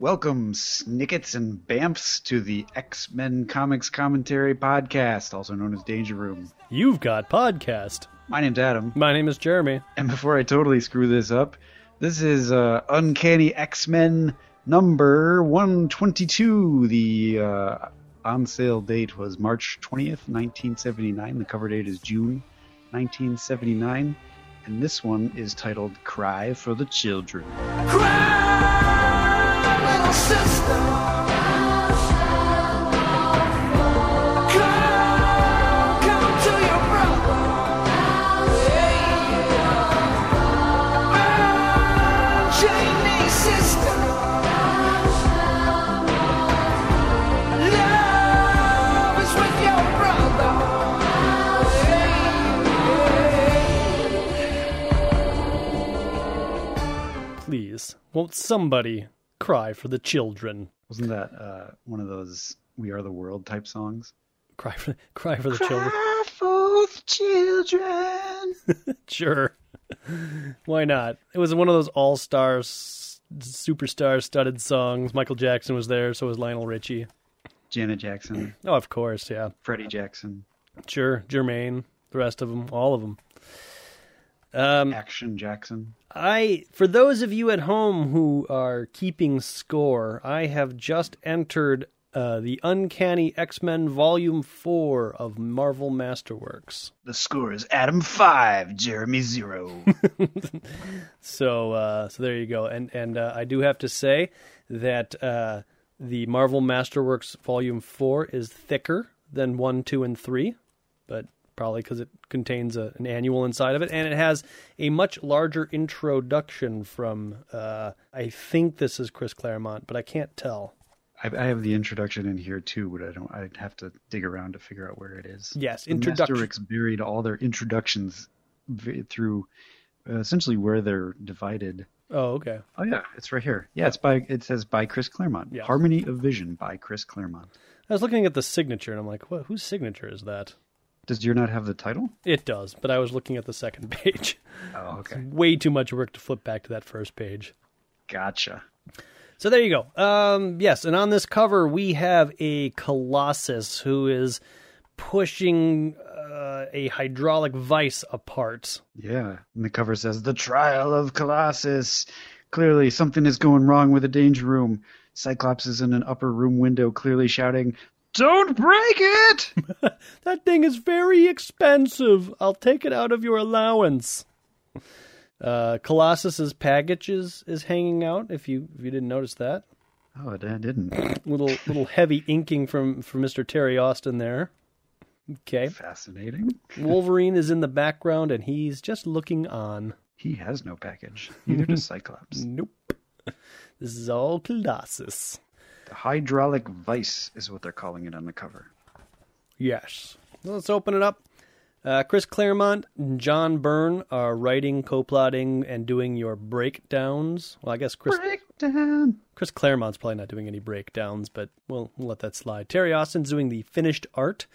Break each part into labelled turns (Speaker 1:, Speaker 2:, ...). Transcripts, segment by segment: Speaker 1: Welcome, snickets and bamps, to the X Men Comics Commentary Podcast, also known as Danger Room.
Speaker 2: You've got podcast.
Speaker 1: My name's Adam,
Speaker 2: My name is Jeremy.
Speaker 1: and before I totally screw this up, this is uh, Uncanny X Men number 122. The uh, on sale date was March 20th, 1979. The cover date is June 1979. And this one is titled Cry for the Children.
Speaker 3: little sister. Come, come to your brother. Yeah. Janie sister. Love is with your brother.
Speaker 2: Please, won't somebody cry for the children?
Speaker 1: Wasn't that uh, one of those We Are the World type songs?
Speaker 2: Cry for, cry for the children.
Speaker 1: Both children.
Speaker 2: Sure. Why not? It was one of those all stars, superstar studded songs. Michael Jackson was there, so was Lionel Richie.
Speaker 1: Janet Jackson,
Speaker 2: Oh, of course, yeah.
Speaker 1: Freddie Jackson,
Speaker 2: Sure, Jermaine, the rest of them, all of them. Um,
Speaker 1: Action Jackson.
Speaker 2: I for those of you at home who are keeping score, I have just entered uh, the Uncanny X Men Volume Four of Marvel Masterworks.
Speaker 1: The score is Adam five, Jeremy zero.
Speaker 2: So uh, so there you go. And and uh, I do have to say that uh, the Marvel Masterworks Volume Four is thicker than one, two, and three, but probably because it contains a, an annual inside of it, and it has a much larger introduction from uh, I think this is Chris Claremont, but I can't tell.
Speaker 1: I, I have the introduction in here too, but I don't. I'd have to dig around to figure out where it is.
Speaker 2: Yes,
Speaker 1: The
Speaker 2: introduction.
Speaker 1: Masterworks buried all their introductions v- through uh, essentially where they're divided.
Speaker 2: Oh, okay.
Speaker 1: Oh yeah, it's right here. Yeah, it's by. It says by Chris Claremont.
Speaker 2: Yes.
Speaker 1: Harmony of Vision by Chris Claremont.
Speaker 2: I was looking at the signature, and I'm like, what? Whose signature is that?
Speaker 1: Does your not have the title?
Speaker 2: It does, but I was looking at the second page.
Speaker 1: Oh, okay.
Speaker 2: Way too much work to flip back to that first page.
Speaker 1: Gotcha.
Speaker 2: So there you go. Um, yes, and on this cover we have a Colossus who is pushing uh, a hydraulic vice apart.
Speaker 1: Yeah. And the cover says The Trial of Colossus. Clearly, something is going wrong with the danger room. Cyclops is in an upper room window, clearly shouting, Don't break it!
Speaker 2: That thing is very expensive. I'll take it out of your allowance. Uh, Colossus's package is, is hanging out. If you if you didn't notice that
Speaker 1: oh, I didn't.
Speaker 2: little little heavy inking from from Mister Terry Austin there. Okay,
Speaker 1: Fascinating.
Speaker 2: Wolverine is in the background and he's just looking on.
Speaker 1: He has no package. Neither does Cyclops.
Speaker 2: Nope. This is all Colossus.
Speaker 1: The hydraulic vice is what they're calling it on the cover.
Speaker 2: Yes. Let's open it up. Uh, Chris Claremont and John Byrne are writing, co-plotting, and doing your breakdowns. Well, I guess Chris
Speaker 1: Breakdown.
Speaker 2: Chris Claremont's probably not doing any breakdowns, but we'll, we'll let that slide. Terry Austin's doing the finished art,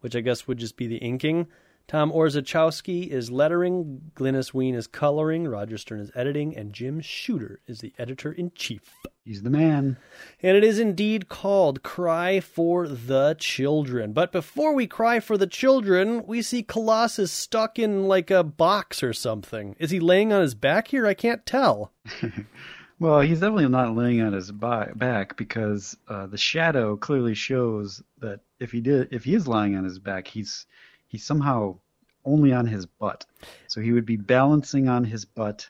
Speaker 2: which I guess would just be the inking. Tom Orzechowski is lettering. Glynis Ween is coloring. Roger Stern is editing, and Jim Shooter is the editor in chief.
Speaker 1: He's the man.
Speaker 2: And it is indeed called Cry for the Children. But before we cry for the children, we see Colossus stuck in like a box or something. Is he laying on his back here? I can't tell.
Speaker 1: Well, he's definitely not laying on his bi- back because uh, the shadow clearly shows that if he did, if he is lying on his back, he's he's somehow only on his butt. So he would be balancing on his butt.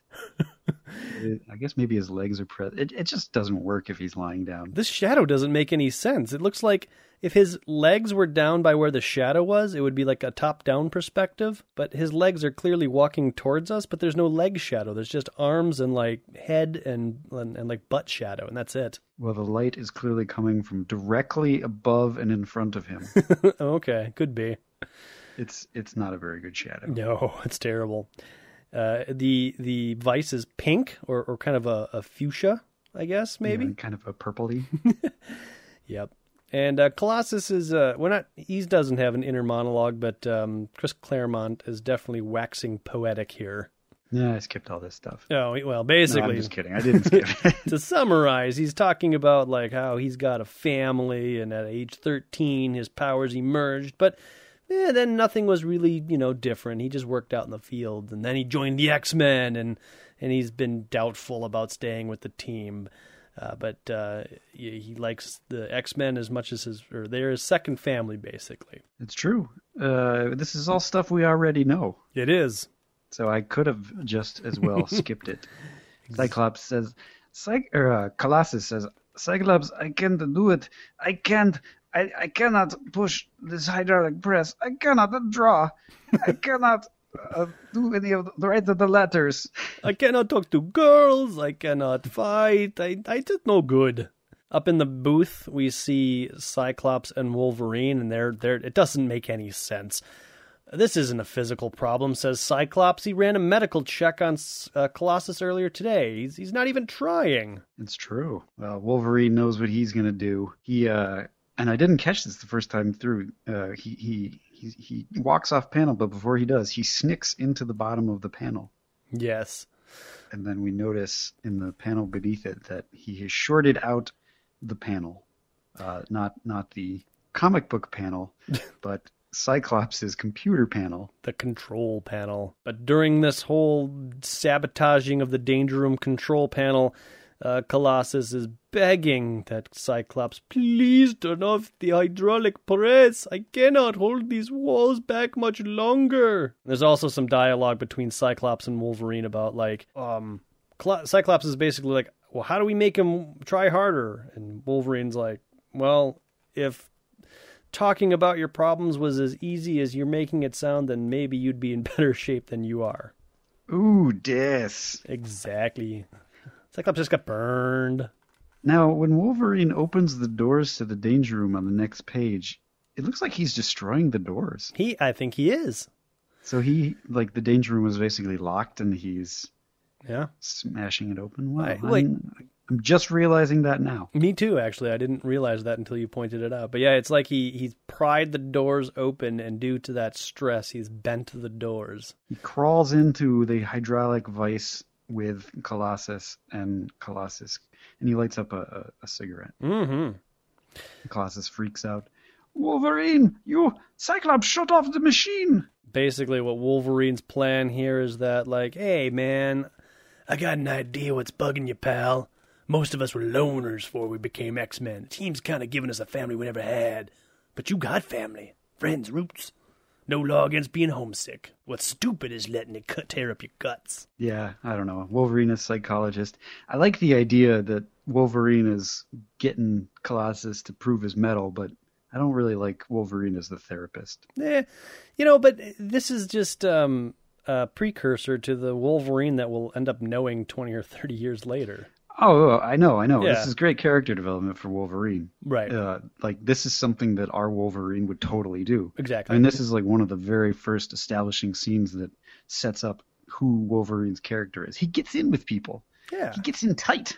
Speaker 1: I guess maybe his legs are pressed. It it just doesn't work if he's lying down.
Speaker 2: This shadow doesn't make any sense. It looks like if his legs were down by where the shadow was, it would be like a top down perspective. But his legs are clearly walking towards us, but there's no leg shadow. There's just arms and like head and, and, and like butt shadow, and that's it.
Speaker 1: Well, the light is clearly coming from directly above and in front of him.
Speaker 2: okay, could be.
Speaker 1: it's it's not a very good shadow.
Speaker 2: No, it's terrible. Uh, the the vice is pink or, or kind of a, a fuchsia, I guess maybe.
Speaker 1: Yeah, kind of a purpley.
Speaker 2: Yep. And uh, Colossus is uh, well not he doesn't have an inner monologue, but um, Chris Claremont is definitely waxing poetic here.
Speaker 1: Yeah, I skipped all this stuff.
Speaker 2: Oh, well,
Speaker 1: No, I'm
Speaker 2: basically,
Speaker 1: just kidding. I didn't skip it.
Speaker 2: to summarize, he's talking about like how he's got a family and at age 13 his powers emerged, but eh, then nothing was really, you know, different. He just worked out in the field and then he joined the X-Men and and he's been doubtful about staying with the team. Uh, but uh, he he likes the X-Men as much as his or they're his second family basically.
Speaker 1: It's true. Uh, this is all stuff we already know.
Speaker 2: It is.
Speaker 1: So I could have just as well skipped it. Cyclops says, Cy- or, uh, Colossus says, Cyclops, I can't do it. I can't. I, I cannot push this hydraulic press. I cannot draw. I cannot uh, do any of the write of the letters.
Speaker 2: I cannot talk to girls. I cannot fight. I, I did no good. Up in the booth, we see Cyclops and Wolverine, and they're, they're, it doesn't make any sense. This isn't a physical problem, says Cyclops. He ran a medical check on uh, Colossus earlier today. He's, he's not even trying.
Speaker 1: It's true. Well, Wolverine knows what he's gonna do. He uh, and I didn't catch this the first time through. Uh, he he he he walks off panel, but before he does, he snicks into the bottom of the panel.
Speaker 2: Yes.
Speaker 1: and then we notice in the panel beneath it that he has shorted out the panel, uh, not not the comic book panel, but Cyclops' computer panel.
Speaker 2: the control panel. But during this whole sabotaging of the Danger Room control panel, uh, Colossus is begging that Cyclops, please turn off the hydraulic press. I cannot hold these walls back much longer. There's also some dialogue between Cyclops and Wolverine about, like, um, Clo- Cyclops is basically like, well, how do we make him try harder? And Wolverine's like, well, if talking about your problems was as easy as you're making it sound, then maybe you'd be in better shape than you are.
Speaker 1: Ooh, dis.
Speaker 2: Exactly. Cyclops just got burned.
Speaker 1: Now, when Wolverine opens the doors to the danger room on the next page, it looks like he's destroying the doors.
Speaker 2: He, I think he is.
Speaker 1: So he, like, the danger room was basically locked, and he's
Speaker 2: Yeah.
Speaker 1: smashing it open. Wow,
Speaker 2: I-
Speaker 1: I'm,
Speaker 2: like-
Speaker 1: I'm just realizing that now.
Speaker 2: Me too, actually. I didn't realize that until you pointed it out. But yeah, it's like he, he's pried the doors open, and due to that stress, he's bent the doors.
Speaker 1: He crawls into the hydraulic vice with Colossus and Colossus, and he lights up a, a, a cigarette.
Speaker 2: Mm
Speaker 1: Colossus freaks out. Wolverine, you Cyclops shut off the machine.
Speaker 2: Basically, what Wolverine's plan here is that, like, hey, man, I got an idea what's bugging you, pal. Most of us were loners before we became X Men. The team's kind of given us a family we never had. But you got family, friends, roots. No law against being homesick. What's stupid is letting it cut, tear up your guts.
Speaker 1: Yeah, I don't know. Wolverine is psychologist. I like the idea that Wolverine is getting Colossus to prove his metal, but I don't really like Wolverine as the therapist.
Speaker 2: Eh, you know, but this is just um, a precursor to the Wolverine that we'll end up knowing 20 or 30 years later.
Speaker 1: Oh, I know, I know.
Speaker 2: Yeah.
Speaker 1: This is great character development for Wolverine.
Speaker 2: Right.
Speaker 1: Uh, like this is something that our Wolverine would totally do. I
Speaker 2: Exactly.
Speaker 1: mean, this is like one of the very first establishing scenes that sets up who Wolverine's character is. He gets in with people.
Speaker 2: yeah.
Speaker 1: He gets in tight.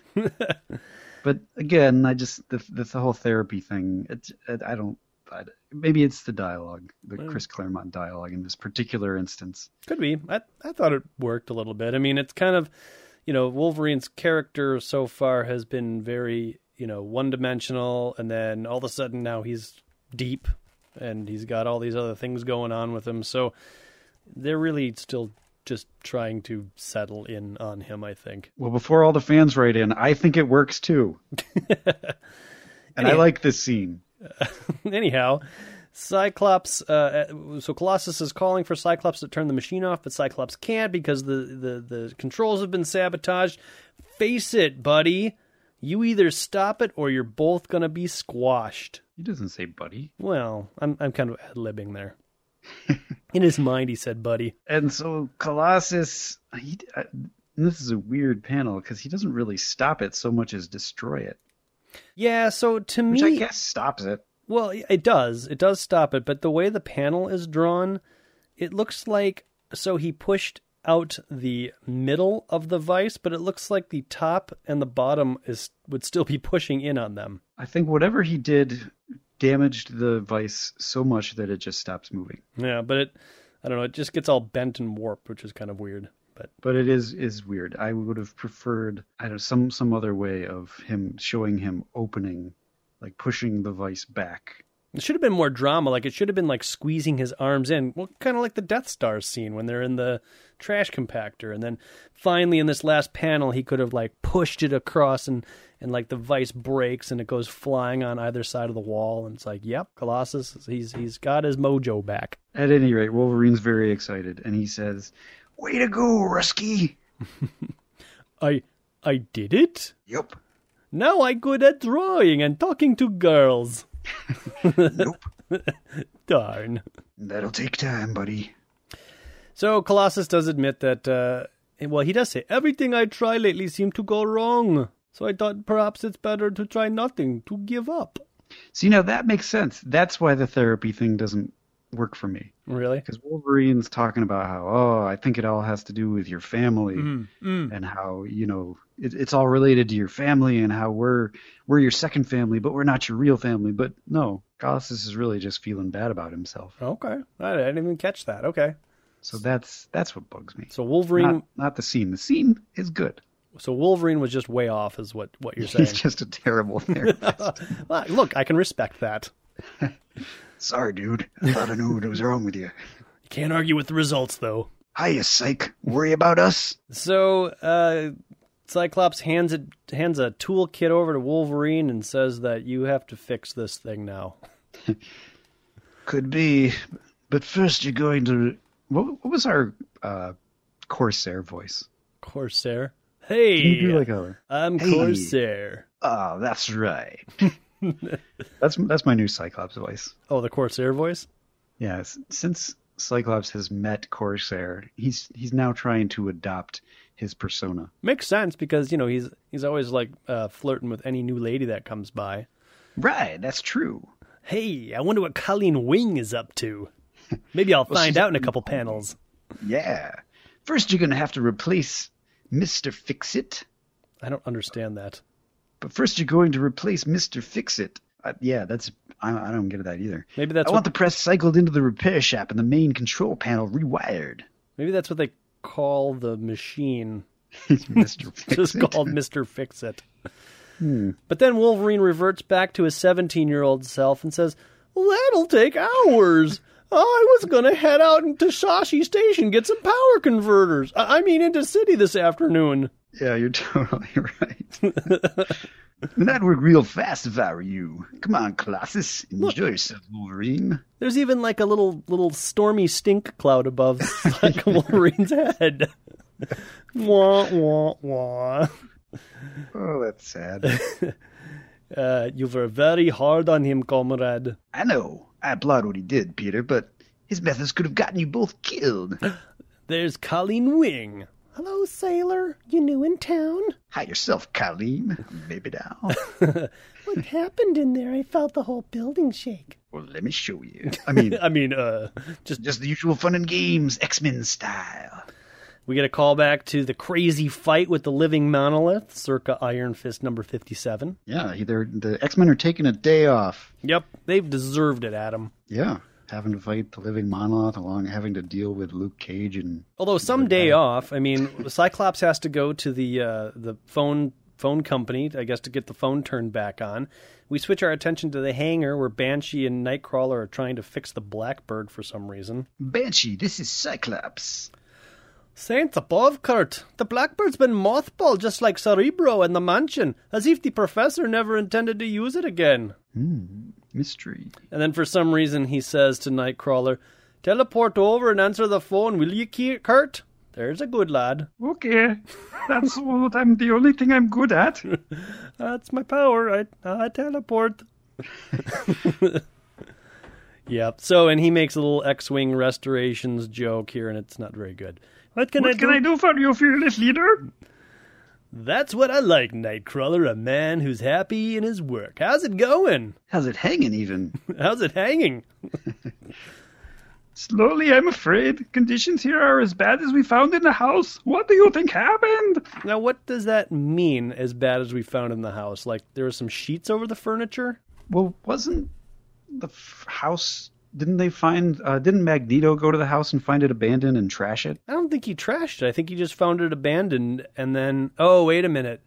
Speaker 1: but again, I just the the, the whole therapy thing. It, it, I don't. I, maybe it's the dialogue, the Chris Claremont dialogue in this particular instance.
Speaker 2: Could be. I I thought it worked a little bit. I mean, it's kind of, you know, Wolverine's character so far has been very, you know, one dimensional, and then all of a sudden now he's deep, and he's got all these other things going on with him. So they're really still just trying to settle in on him. I think.
Speaker 1: Well, before all the fans write in, I think it works too. and I
Speaker 2: Any-
Speaker 1: like this scene.
Speaker 2: Anyhow. Cyclops, uh, uh, so Colossus is calling for Cyclops to turn the machine off, but Cyclops can't because the, the, the controls have been sabotaged. Face it, buddy. You either stop it or you're both going to be squashed.
Speaker 1: He doesn't say buddy.
Speaker 2: Well, I'm, I'm kind of ad libbing there. In his mind, he said, buddy.
Speaker 1: and so Colossus, he, uh, this is a weird panel because he doesn't really stop it so much as destroy it,
Speaker 2: Yeah, so to
Speaker 1: which
Speaker 2: me.
Speaker 1: I guess stops it.
Speaker 2: Well, it does. It does stop it, but the way the panel is drawn, it looks like so he pushed out the middle of the vice, but it looks like the top and the bottom is would still be pushing in on them.
Speaker 1: I think whatever he did damaged the vice so much that it just stops moving.
Speaker 2: Yeah, but it I don't know, it just gets all bent and warped, which is kind of weird. But
Speaker 1: But it is is weird. I would have preferred I don't some some other way of him showing him opening, like pushing the vice back.
Speaker 2: it should have been more drama. Like it should have been like squeezing his arms in. Well, kind of like the Death Star scene when they're in the trash compactor, and then finally in this last panel, he could have like pushed it across, and and like the vice breaks and it goes flying on either side of the wall, and it's like, yep, Colossus, he's he's got his mojo back.
Speaker 1: At any rate, Wolverine's very excited and he says, "Way to go, Rusky!"
Speaker 2: I I did it.
Speaker 1: Yep.
Speaker 2: Now I'm good at drawing and talking to girls.
Speaker 1: Nope.
Speaker 2: Darn.
Speaker 1: That'll take time, buddy.
Speaker 2: So Colossus does admit that, uh, well, he does say, everything I try lately seemed to go wrong. So I thought perhaps it's better to try nothing, to give up.
Speaker 1: See, now that makes sense. That's why the therapy thing doesn't work for me.
Speaker 2: Really?
Speaker 1: Because Wolverine's talking about how, oh, I think it all has to do with your family and how, you know, it, it's all related to your family and how we're we're your second family, but we're not your real family. But no, Colossus is really just feeling bad about himself.
Speaker 2: Okay. I I didn't even catch that. Okay.
Speaker 1: So that's that's what bugs me.
Speaker 2: So Wolverine.
Speaker 1: Not, not the scene. The scene is good.
Speaker 2: So Wolverine was just way off, is what what you're saying.
Speaker 1: He's just a terrible therapist.
Speaker 2: Ah, Look, I can respect that.
Speaker 1: Sorry, dude. I thought I knew what was wrong with you.
Speaker 2: You can't argue with the results, though.
Speaker 1: Hiya, psych. Worry about us?
Speaker 2: So uh, Cyclops hands it hands a toolkit over to Wolverine and says that you have to fix this thing now.
Speaker 1: Could be. But first, you're going to. What, what was our uh, Corsair voice?
Speaker 2: Corsair. Hey,
Speaker 1: Can you do like a.
Speaker 2: I'm
Speaker 1: Hey.
Speaker 2: Corsair.
Speaker 1: Oh, that's right. that's that's my new Cyclops voice.
Speaker 2: Oh, the Corsair voice.
Speaker 1: Yes, since Cyclops has met Corsair, he's he's now trying to adopt his persona.
Speaker 2: Makes sense because you know he's he's always like uh, flirting with any new lady that comes by.
Speaker 1: Right, that's true.
Speaker 2: Hey, I wonder what Colleen Wing is up to. Maybe I'll find out in a couple panels.
Speaker 1: Yeah. First, you're gonna have to replace Mister Fix It.
Speaker 2: I don't understand that.
Speaker 1: But first, you're going to replace Mister Fix It. Uh, yeah, that's I, I don't get that either.
Speaker 2: Maybe that's
Speaker 1: I
Speaker 2: what,
Speaker 1: want the press cycled into the repair shop and the main control panel rewired.
Speaker 2: maybe that's what they call the machine.
Speaker 1: Mr.
Speaker 2: just
Speaker 1: Fix-It.
Speaker 2: called Mr. Fix It.
Speaker 1: Hmm.
Speaker 2: But then Wolverine reverts back to his 17 year old self and says, That'll take hours. I was going to head out into Shashi Station, get some power converters. I I mean, into City this afternoon.
Speaker 1: Yeah, you're totally right. And That'd work real fast if I were you. Come on, Colossus. Enjoy yourself, Wolverine.
Speaker 2: There's even like a little little stormy stink cloud above like Wolverine's head. wah, wah, wah.
Speaker 1: Oh, that's sad.
Speaker 2: Uh, you were very hard on him, comrade.
Speaker 1: I know. I applaud what he did, Peter, but his methods could have gotten you both killed.
Speaker 2: There's Colleen Wing. Hello, sailor. You new in town?
Speaker 1: Hi yourself, Colleen. Maybe now.
Speaker 2: What happened in there? I felt the whole building shake.
Speaker 1: Well, let me show you. I mean,
Speaker 2: I mean, uh, just
Speaker 1: just the usual fun and games, X Men style.
Speaker 2: we get a call back to the crazy fight with the living monolith, circa Iron Fist number 57.
Speaker 1: Yeah, either the X Men are taking a day off.
Speaker 2: Yep, they've deserved it, Adam.
Speaker 1: Yeah, having to fight the living monolith along having to deal with Luke Cage and
Speaker 2: Although some day off, I mean, Cyclops has to go to the uh, the phone phone company, I guess, to get the phone turned back on. We switch our attention to the hangar where Banshee and Nightcrawler are trying to fix the Blackbird for some reason.
Speaker 1: Banshee. This is Cyclops.
Speaker 2: Saints above, Kurt. The Blackbird's been mothballed just like Cerebro and the mansion, as if the professor never intended to use it again.
Speaker 1: Mystery.
Speaker 2: And then for some reason he says to Nightcrawler, Teleport over and answer the phone, will you, Ki- Kurt? There's a good lad.
Speaker 1: Okay, that's what I'm. The only thing I'm good at.
Speaker 2: That's my power. I, I teleport. yep. So, and he makes a little X Wing restorations joke here, and it's not very good. What can I do?
Speaker 1: do for you, fearless leader?
Speaker 2: That's what I like, Nightcrawler, a man who's happy in his work. How's it going?
Speaker 1: How's it hanging? Even
Speaker 2: How's it hanging?
Speaker 1: slowly, I'm afraid. Conditions here are as bad as we found in the house. What do you think happened?
Speaker 2: Now, what does that mean, as bad as we found in the house? Like, there were some sheets over the furniture?
Speaker 1: Well, wasn't the f- house didn't they find? Uh, didn't Magneto go to the house and find it abandoned and trash it?
Speaker 2: I don't think he trashed it. I think he just found it abandoned and then, oh, wait a minute.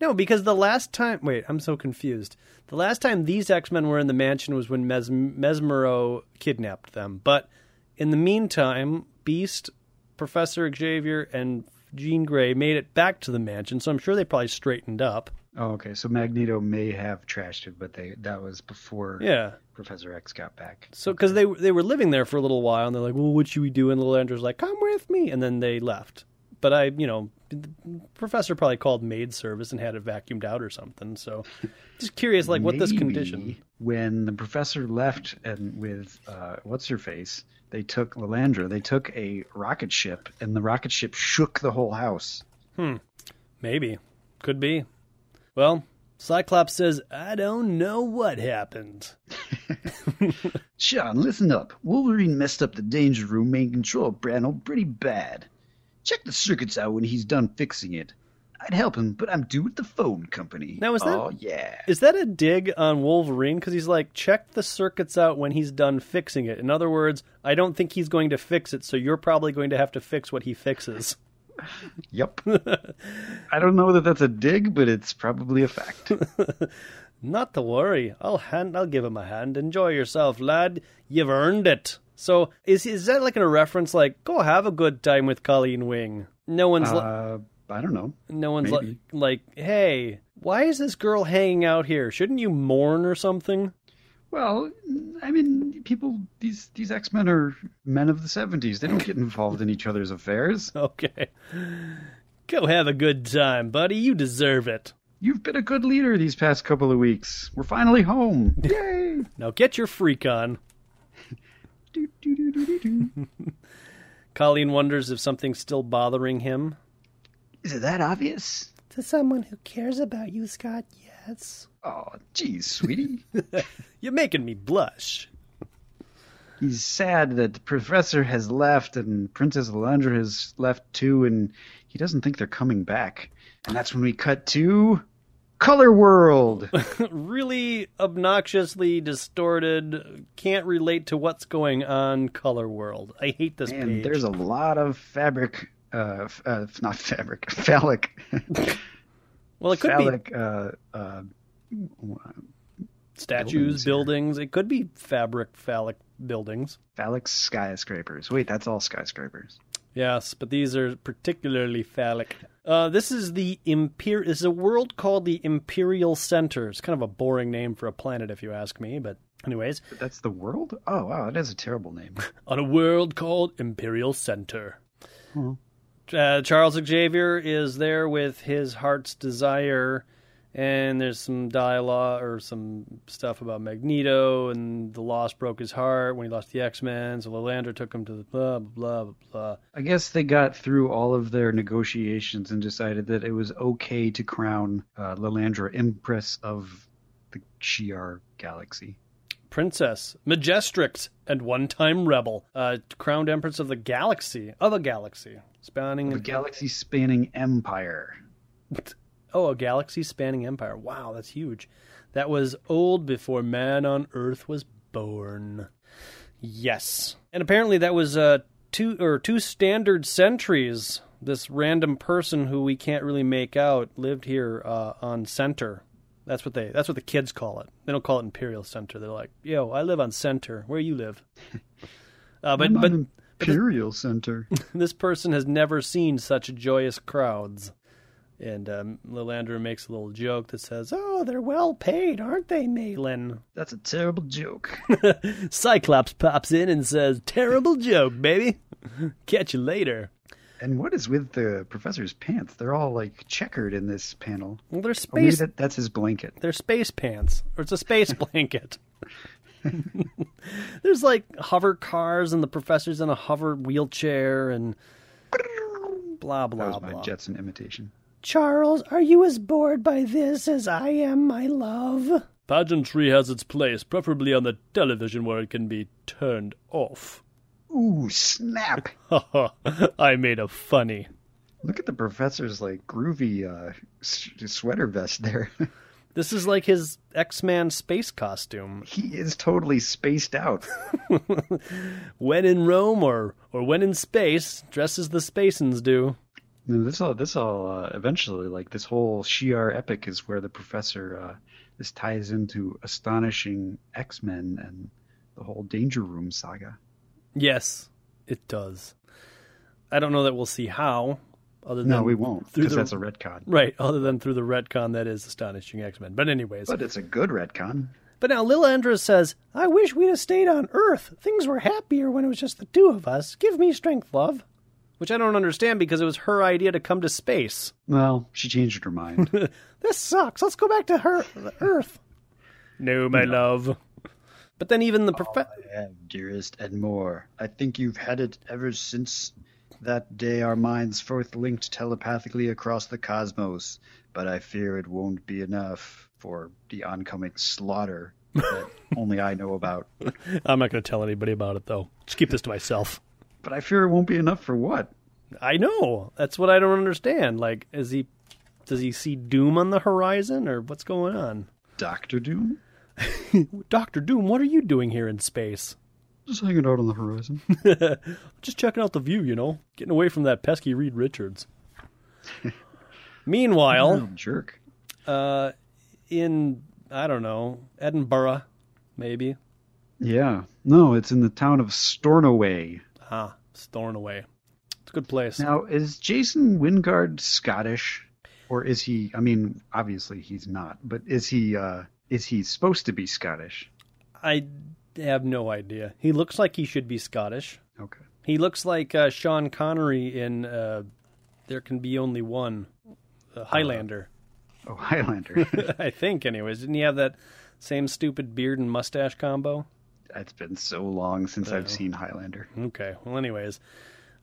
Speaker 2: No, because the last time, wait, I'm so confused. The last time these X Men were in the mansion was when Mes- Mesmero kidnapped them. But in the meantime, Beast, Professor Xavier, and Jean Grey made it back to the mansion, so I'm sure they probably straightened up.
Speaker 1: Oh, okay. So Magneto may have trashed it, but they that was before
Speaker 2: Yeah.
Speaker 1: Professor X got back.
Speaker 2: So because they they were living there for a little while, and they're like, "Well, what should we do?" And little Andrew's like, "Come with me," and then they left. But I, you know, the professor probably called maid service and had it vacuumed out or something. So just curious, like what this
Speaker 1: Maybe
Speaker 2: condition.
Speaker 1: When the professor left and with uh, what's her face, they took Lalandra. They took a rocket ship, and the rocket ship shook the whole house.
Speaker 2: Maybe, could be. Well, Cyclops says, "I don't know what happened."
Speaker 1: Sean, listen up. Wolverine messed up the danger room main control panel pretty bad. Check the circuits out when he's done fixing it. I'd help him, but I'm due at the phone company.
Speaker 2: Now, is that-
Speaker 1: Oh yeah.
Speaker 2: Is that a dig on Wolverine? Because he's like, check the circuits out when he's done fixing it. In other words, I don't think he's going to fix it, so you're probably going to have to fix what he fixes.
Speaker 1: Yep. I don't know that that's a dig, but it's probably a fact.
Speaker 2: Not to worry. I'll hand. I'll give him a hand. Enjoy yourself, lad. You've earned it. So is is that like a reference? Like, go have a good time with Colleen Wing. No one's li-
Speaker 1: uh, I don't know.
Speaker 2: no one's like
Speaker 1: maybe.
Speaker 2: like, hey, why is this girl hanging out here? Shouldn't you mourn or something?
Speaker 1: Well, I mean, people these these X Men are men of the seventies. They don't get involved in each other's affairs.
Speaker 2: Okay, go have a good time, buddy. You deserve it.
Speaker 1: You've been a good leader these past couple of weeks. We're finally home. Yay!
Speaker 2: Now get your freak on.
Speaker 1: Do, do, do, do, do, do.
Speaker 2: Colleen wonders if something's still bothering him.
Speaker 1: Is it that obvious?
Speaker 2: To someone who cares about you, Scott. Yes.
Speaker 1: Oh, geez, sweetie.
Speaker 2: You're making me blush.
Speaker 1: He's sad that the professor has left and Princess Alundra has left too, and he doesn't think they're coming back. And that's when we cut to Color World.
Speaker 2: really obnoxiously distorted, can't relate to what's going on color world. I hate this
Speaker 1: And
Speaker 2: page.
Speaker 1: there's a lot of fabric, uh, f- uh, f- not fabric, phallic,
Speaker 2: well, it could
Speaker 1: phallic uh, uh,
Speaker 2: be
Speaker 1: buildings
Speaker 2: statues,
Speaker 1: here.
Speaker 2: buildings. It could be fabric phallic buildings.
Speaker 1: phallic skyscrapers. Wait, that's all skyscrapers.
Speaker 2: Yes, but these are particularly phallic. Uh, this is the Imper- this is a world called the Imperial Center. It's kind of a boring name for a planet, if you ask me. But anyways,
Speaker 1: But that's the world. Oh wow, that is a terrible name.
Speaker 2: on a world called Imperial Center. Uh, Charles Xavier is there with his heart's desire, and there's some dialogue or some stuff about Magneto and the loss broke his heart when he lost the X Men. So Lilander took him to the blah blah blah blah.
Speaker 1: I guess they got through all of their negotiations and decided that it was okay to crown uh, Lilandra Empress of the Shi'ar Galaxy.
Speaker 2: Princess, Majestrix, and one-time rebel, uh, crowned empress of the galaxy of a galaxy spanning
Speaker 1: The galaxy spanning empire.
Speaker 2: Oh, a galaxy spanning empire. Wow, that's huge. That was old before man on earth was born. Yes. And apparently that was uh two or two standard sentries. This random person who we can't really make out lived here uh, on center. That's what they that's what the kids call it. They don't call it Imperial Center. They're like, "Yo, I live on center. Where you live?" Uh, but
Speaker 1: I'm
Speaker 2: but
Speaker 1: an Imperial Center.
Speaker 2: this person has never seen such joyous crowds. And um, Lilandra makes a little joke that says, Oh, they're well paid, aren't they, Malin?
Speaker 1: That's a terrible joke.
Speaker 2: Cyclops pops in and says, Terrible joke, baby. Catch you later.
Speaker 1: and what is with the professor's pants? They're all like checkered in this panel.
Speaker 2: Well, they're
Speaker 1: Or maybe
Speaker 2: space,
Speaker 1: that, that's his blanket.
Speaker 2: they're space pants, or it's a space blanket. There's like hover cars, and the professor's in a hover wheelchair, and blah, blah,
Speaker 1: That was Oh, my
Speaker 2: blah.
Speaker 1: Jetson imitation.
Speaker 2: Charles, are you as bored by this as I am, my love? Pageantry has its place, preferably on the television where it can be turned off.
Speaker 1: Ooh, snap!
Speaker 2: I made a funny.
Speaker 1: Look at the professor's like groovy uh, s- sweater vest there.
Speaker 2: This is like his X Man space costume.
Speaker 1: He is totally spaced out.
Speaker 2: When in Rome or, or when in space, dress as the Spacens do.
Speaker 1: And this all this all uh, eventually like this whole Shi'ar epic is where the professor uh, this ties into astonishing X Men and the whole Danger Room saga.
Speaker 2: Yes, it does. I don't know that we'll see how, other than
Speaker 1: No, we won't
Speaker 2: through
Speaker 1: because
Speaker 2: the-
Speaker 1: that's a retcon.
Speaker 2: right, other than through the retcon that is astonishing X Men. But anyways,
Speaker 1: But it's a good retcon.
Speaker 2: But now Lilandra says, I wish we'd have stayed on Earth. Things were happier when it was just the two of us. Give me strength, love. Which I don't understand because it was her idea to come to space.
Speaker 1: Well, she changed her mind.
Speaker 2: This sucks. Let's go back to her the Earth. No, my love. But then even the prof-
Speaker 1: have, dearest, and more. I think you've had it ever since that day our minds first linked telepathically across the cosmos, but I fear it won't be enough for the oncoming slaughter that only I know about.
Speaker 2: I'm not going to tell anybody about it though. Just keep this to myself.
Speaker 1: But I fear it won't be enough for what?
Speaker 2: I know. That's what I don't understand. Like is he does he see doom on the horizon or what's going on?
Speaker 1: Doctor Doom?
Speaker 2: Doctor Doom, what are you doing here in space?
Speaker 1: Just hanging out on the horizon.
Speaker 2: just checking out the view, you know, getting away from that pesky Reed Richards. Meanwhile,
Speaker 1: jerk.
Speaker 2: uh, in I don't know Edinburgh, maybe
Speaker 1: Yeah. No, it's in the town of Stornoway.
Speaker 2: ah, it's thrown away. It's a good place.
Speaker 1: Now, is Jason Wingard Scottish, or is he? I mean, obviously he's not, but is he? Uh, is he supposed to be Scottish?
Speaker 2: I have no idea. He looks like he should be Scottish.
Speaker 1: Okay.
Speaker 2: He looks like uh, Sean Connery in uh, There Can Be Only One, uh, Highlander.
Speaker 1: Oh, Highlander.
Speaker 2: I think, anyways. Didn't he have that same stupid beard and mustache combo?
Speaker 1: it's been so long since I've seen Highlander.
Speaker 2: Okay. Well, anyways,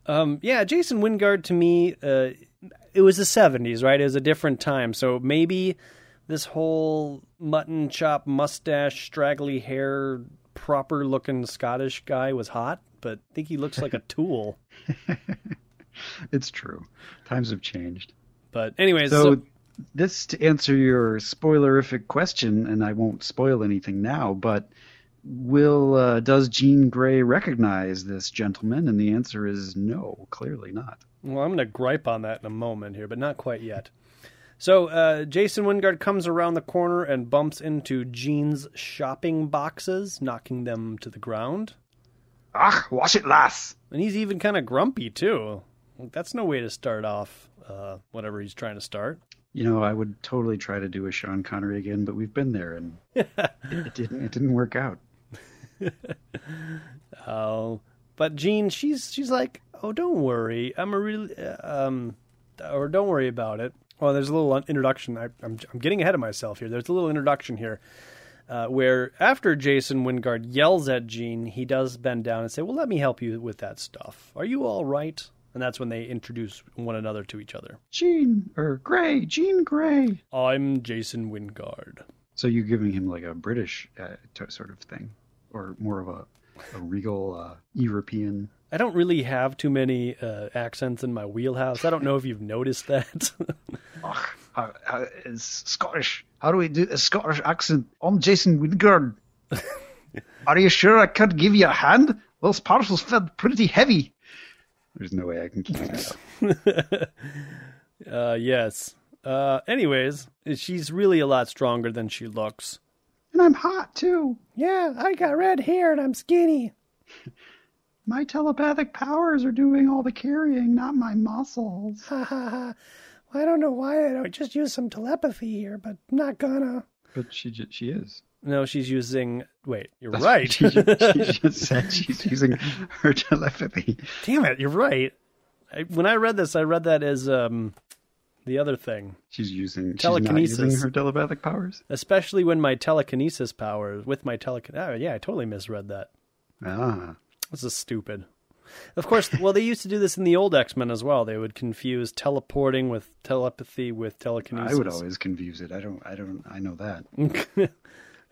Speaker 2: um, yeah, Jason Wingard to me, uh, it was the '70s, right? It was a different time, so maybe this whole mutton chop, mustache, straggly hair, proper-looking Scottish guy was hot, but I think he looks like a tool.
Speaker 1: It's true. Times have changed.
Speaker 2: But anyways,
Speaker 1: So,
Speaker 2: so-
Speaker 1: this to answer your spoilerific question, and I won't spoil anything now, but will uh, does Jean Grey recognize this gentleman? And the answer is no, clearly not.
Speaker 2: Well, I'm going to gripe on that in a moment here, but not quite yet. So, uh, Jason Wingard comes around the corner and bumps into Jean's shopping boxes, knocking them to the ground.
Speaker 1: Ach, Ah, wash it, lass.
Speaker 2: And he's even kind of grumpy, too. Like, that's no way to start off uh, whatever he's trying to start.
Speaker 1: You know, I would totally try to do a Sean Connery again, but we've been there and it, it didn't it didn't work out.
Speaker 2: Oh, but Jean, she's she's like, oh, don't worry, I'm a real, uh, um, or don't worry about it. Well, there's a little introduction. I, I'm I'm getting ahead of myself here. There's a little introduction here, uh, where after Jason Wingard yells at Jean, he does bend down and say, "Well, let me help you with that stuff. Are you all right?" And that's when they introduce one another to each other.
Speaker 1: Jean or Grey, Jean Grey.
Speaker 2: I'm Jason Wingard.
Speaker 1: So you're giving him like a British uh, t- sort of thing, or more of a, a regal uh, European.
Speaker 2: I don't really have too many uh, accents in my wheelhouse. I don't know if you've noticed that.
Speaker 1: Ach, how, how is Scottish? How do we do a Scottish accent? I'm Jason Wingard. Are you sure I can't give you a hand? Those parcels felt pretty heavy. There's no way I can keep that up.
Speaker 2: Uh, yes. Uh, anyways, she's really a lot stronger than she looks.
Speaker 1: And I'm hot too.
Speaker 2: Yeah, I got red hair and I'm skinny.
Speaker 1: My telepathic powers are doing all the carrying, not my muscles.
Speaker 2: Ha ha ha. I don't know why I don't just use some telepathy here, but not gonna.
Speaker 1: But she ju- she is.
Speaker 2: No, she's using. Wait, you're right.
Speaker 1: She, ju- she just said she's using her telepathy.
Speaker 2: Damn it, you're right. I, when I read this, I read that as um, the other thing.
Speaker 1: She's using she's not
Speaker 2: Telekinesis.
Speaker 1: using her telepathic powers.
Speaker 2: Especially when my telekinesis powers with my telek. Oh, yeah, I totally misread that.
Speaker 1: Ah,
Speaker 2: This is stupid. Of course, well, they used to do this in the old X Men as well. They would confuse teleporting with telepathy with telekinesis.
Speaker 1: I would always confuse it. I don't. I don't. I know that.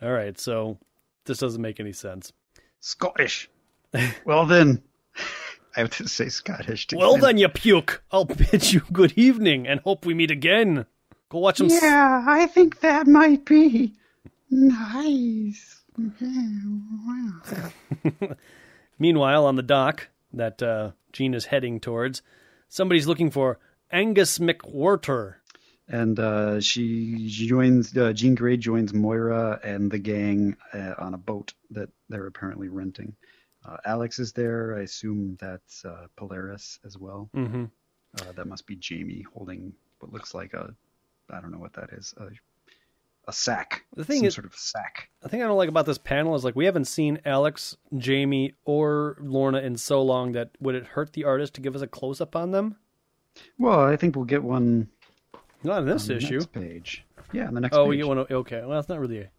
Speaker 2: All right, so this doesn't make any sense.
Speaker 1: Scottish. well then, I have to say Scottish. To
Speaker 2: Well, then, you puke. I'll bid you good evening and hope we meet again. Go watch them.
Speaker 1: Yeah, I think that might be nice.
Speaker 2: Meanwhile, on the dock that uh, Gene is heading towards, somebody's looking for Angus McWhorter.
Speaker 1: And uh, she joins uh, Jean Grey joins Moira and the gang uh, on a boat that they're apparently renting. Uh, Alex is there. I assume that's uh, Polaris as well.
Speaker 2: Mm-hmm.
Speaker 1: Uh, that must be Jamie holding what looks like a I don't know what that is a, a sack.
Speaker 2: The thing
Speaker 1: some
Speaker 2: is-
Speaker 1: sort of sack.
Speaker 2: The thing I don't like about this panel is like we haven't seen Alex, Jamie, or Lorna in so long that would it hurt the artist to give us a close up on them?
Speaker 1: Well, I think we'll get one
Speaker 2: Not in this
Speaker 1: on the
Speaker 2: issue.
Speaker 1: next page. Yeah, on the next
Speaker 2: Oh,
Speaker 1: page.
Speaker 2: we get one. Okay, well, it's not really. A,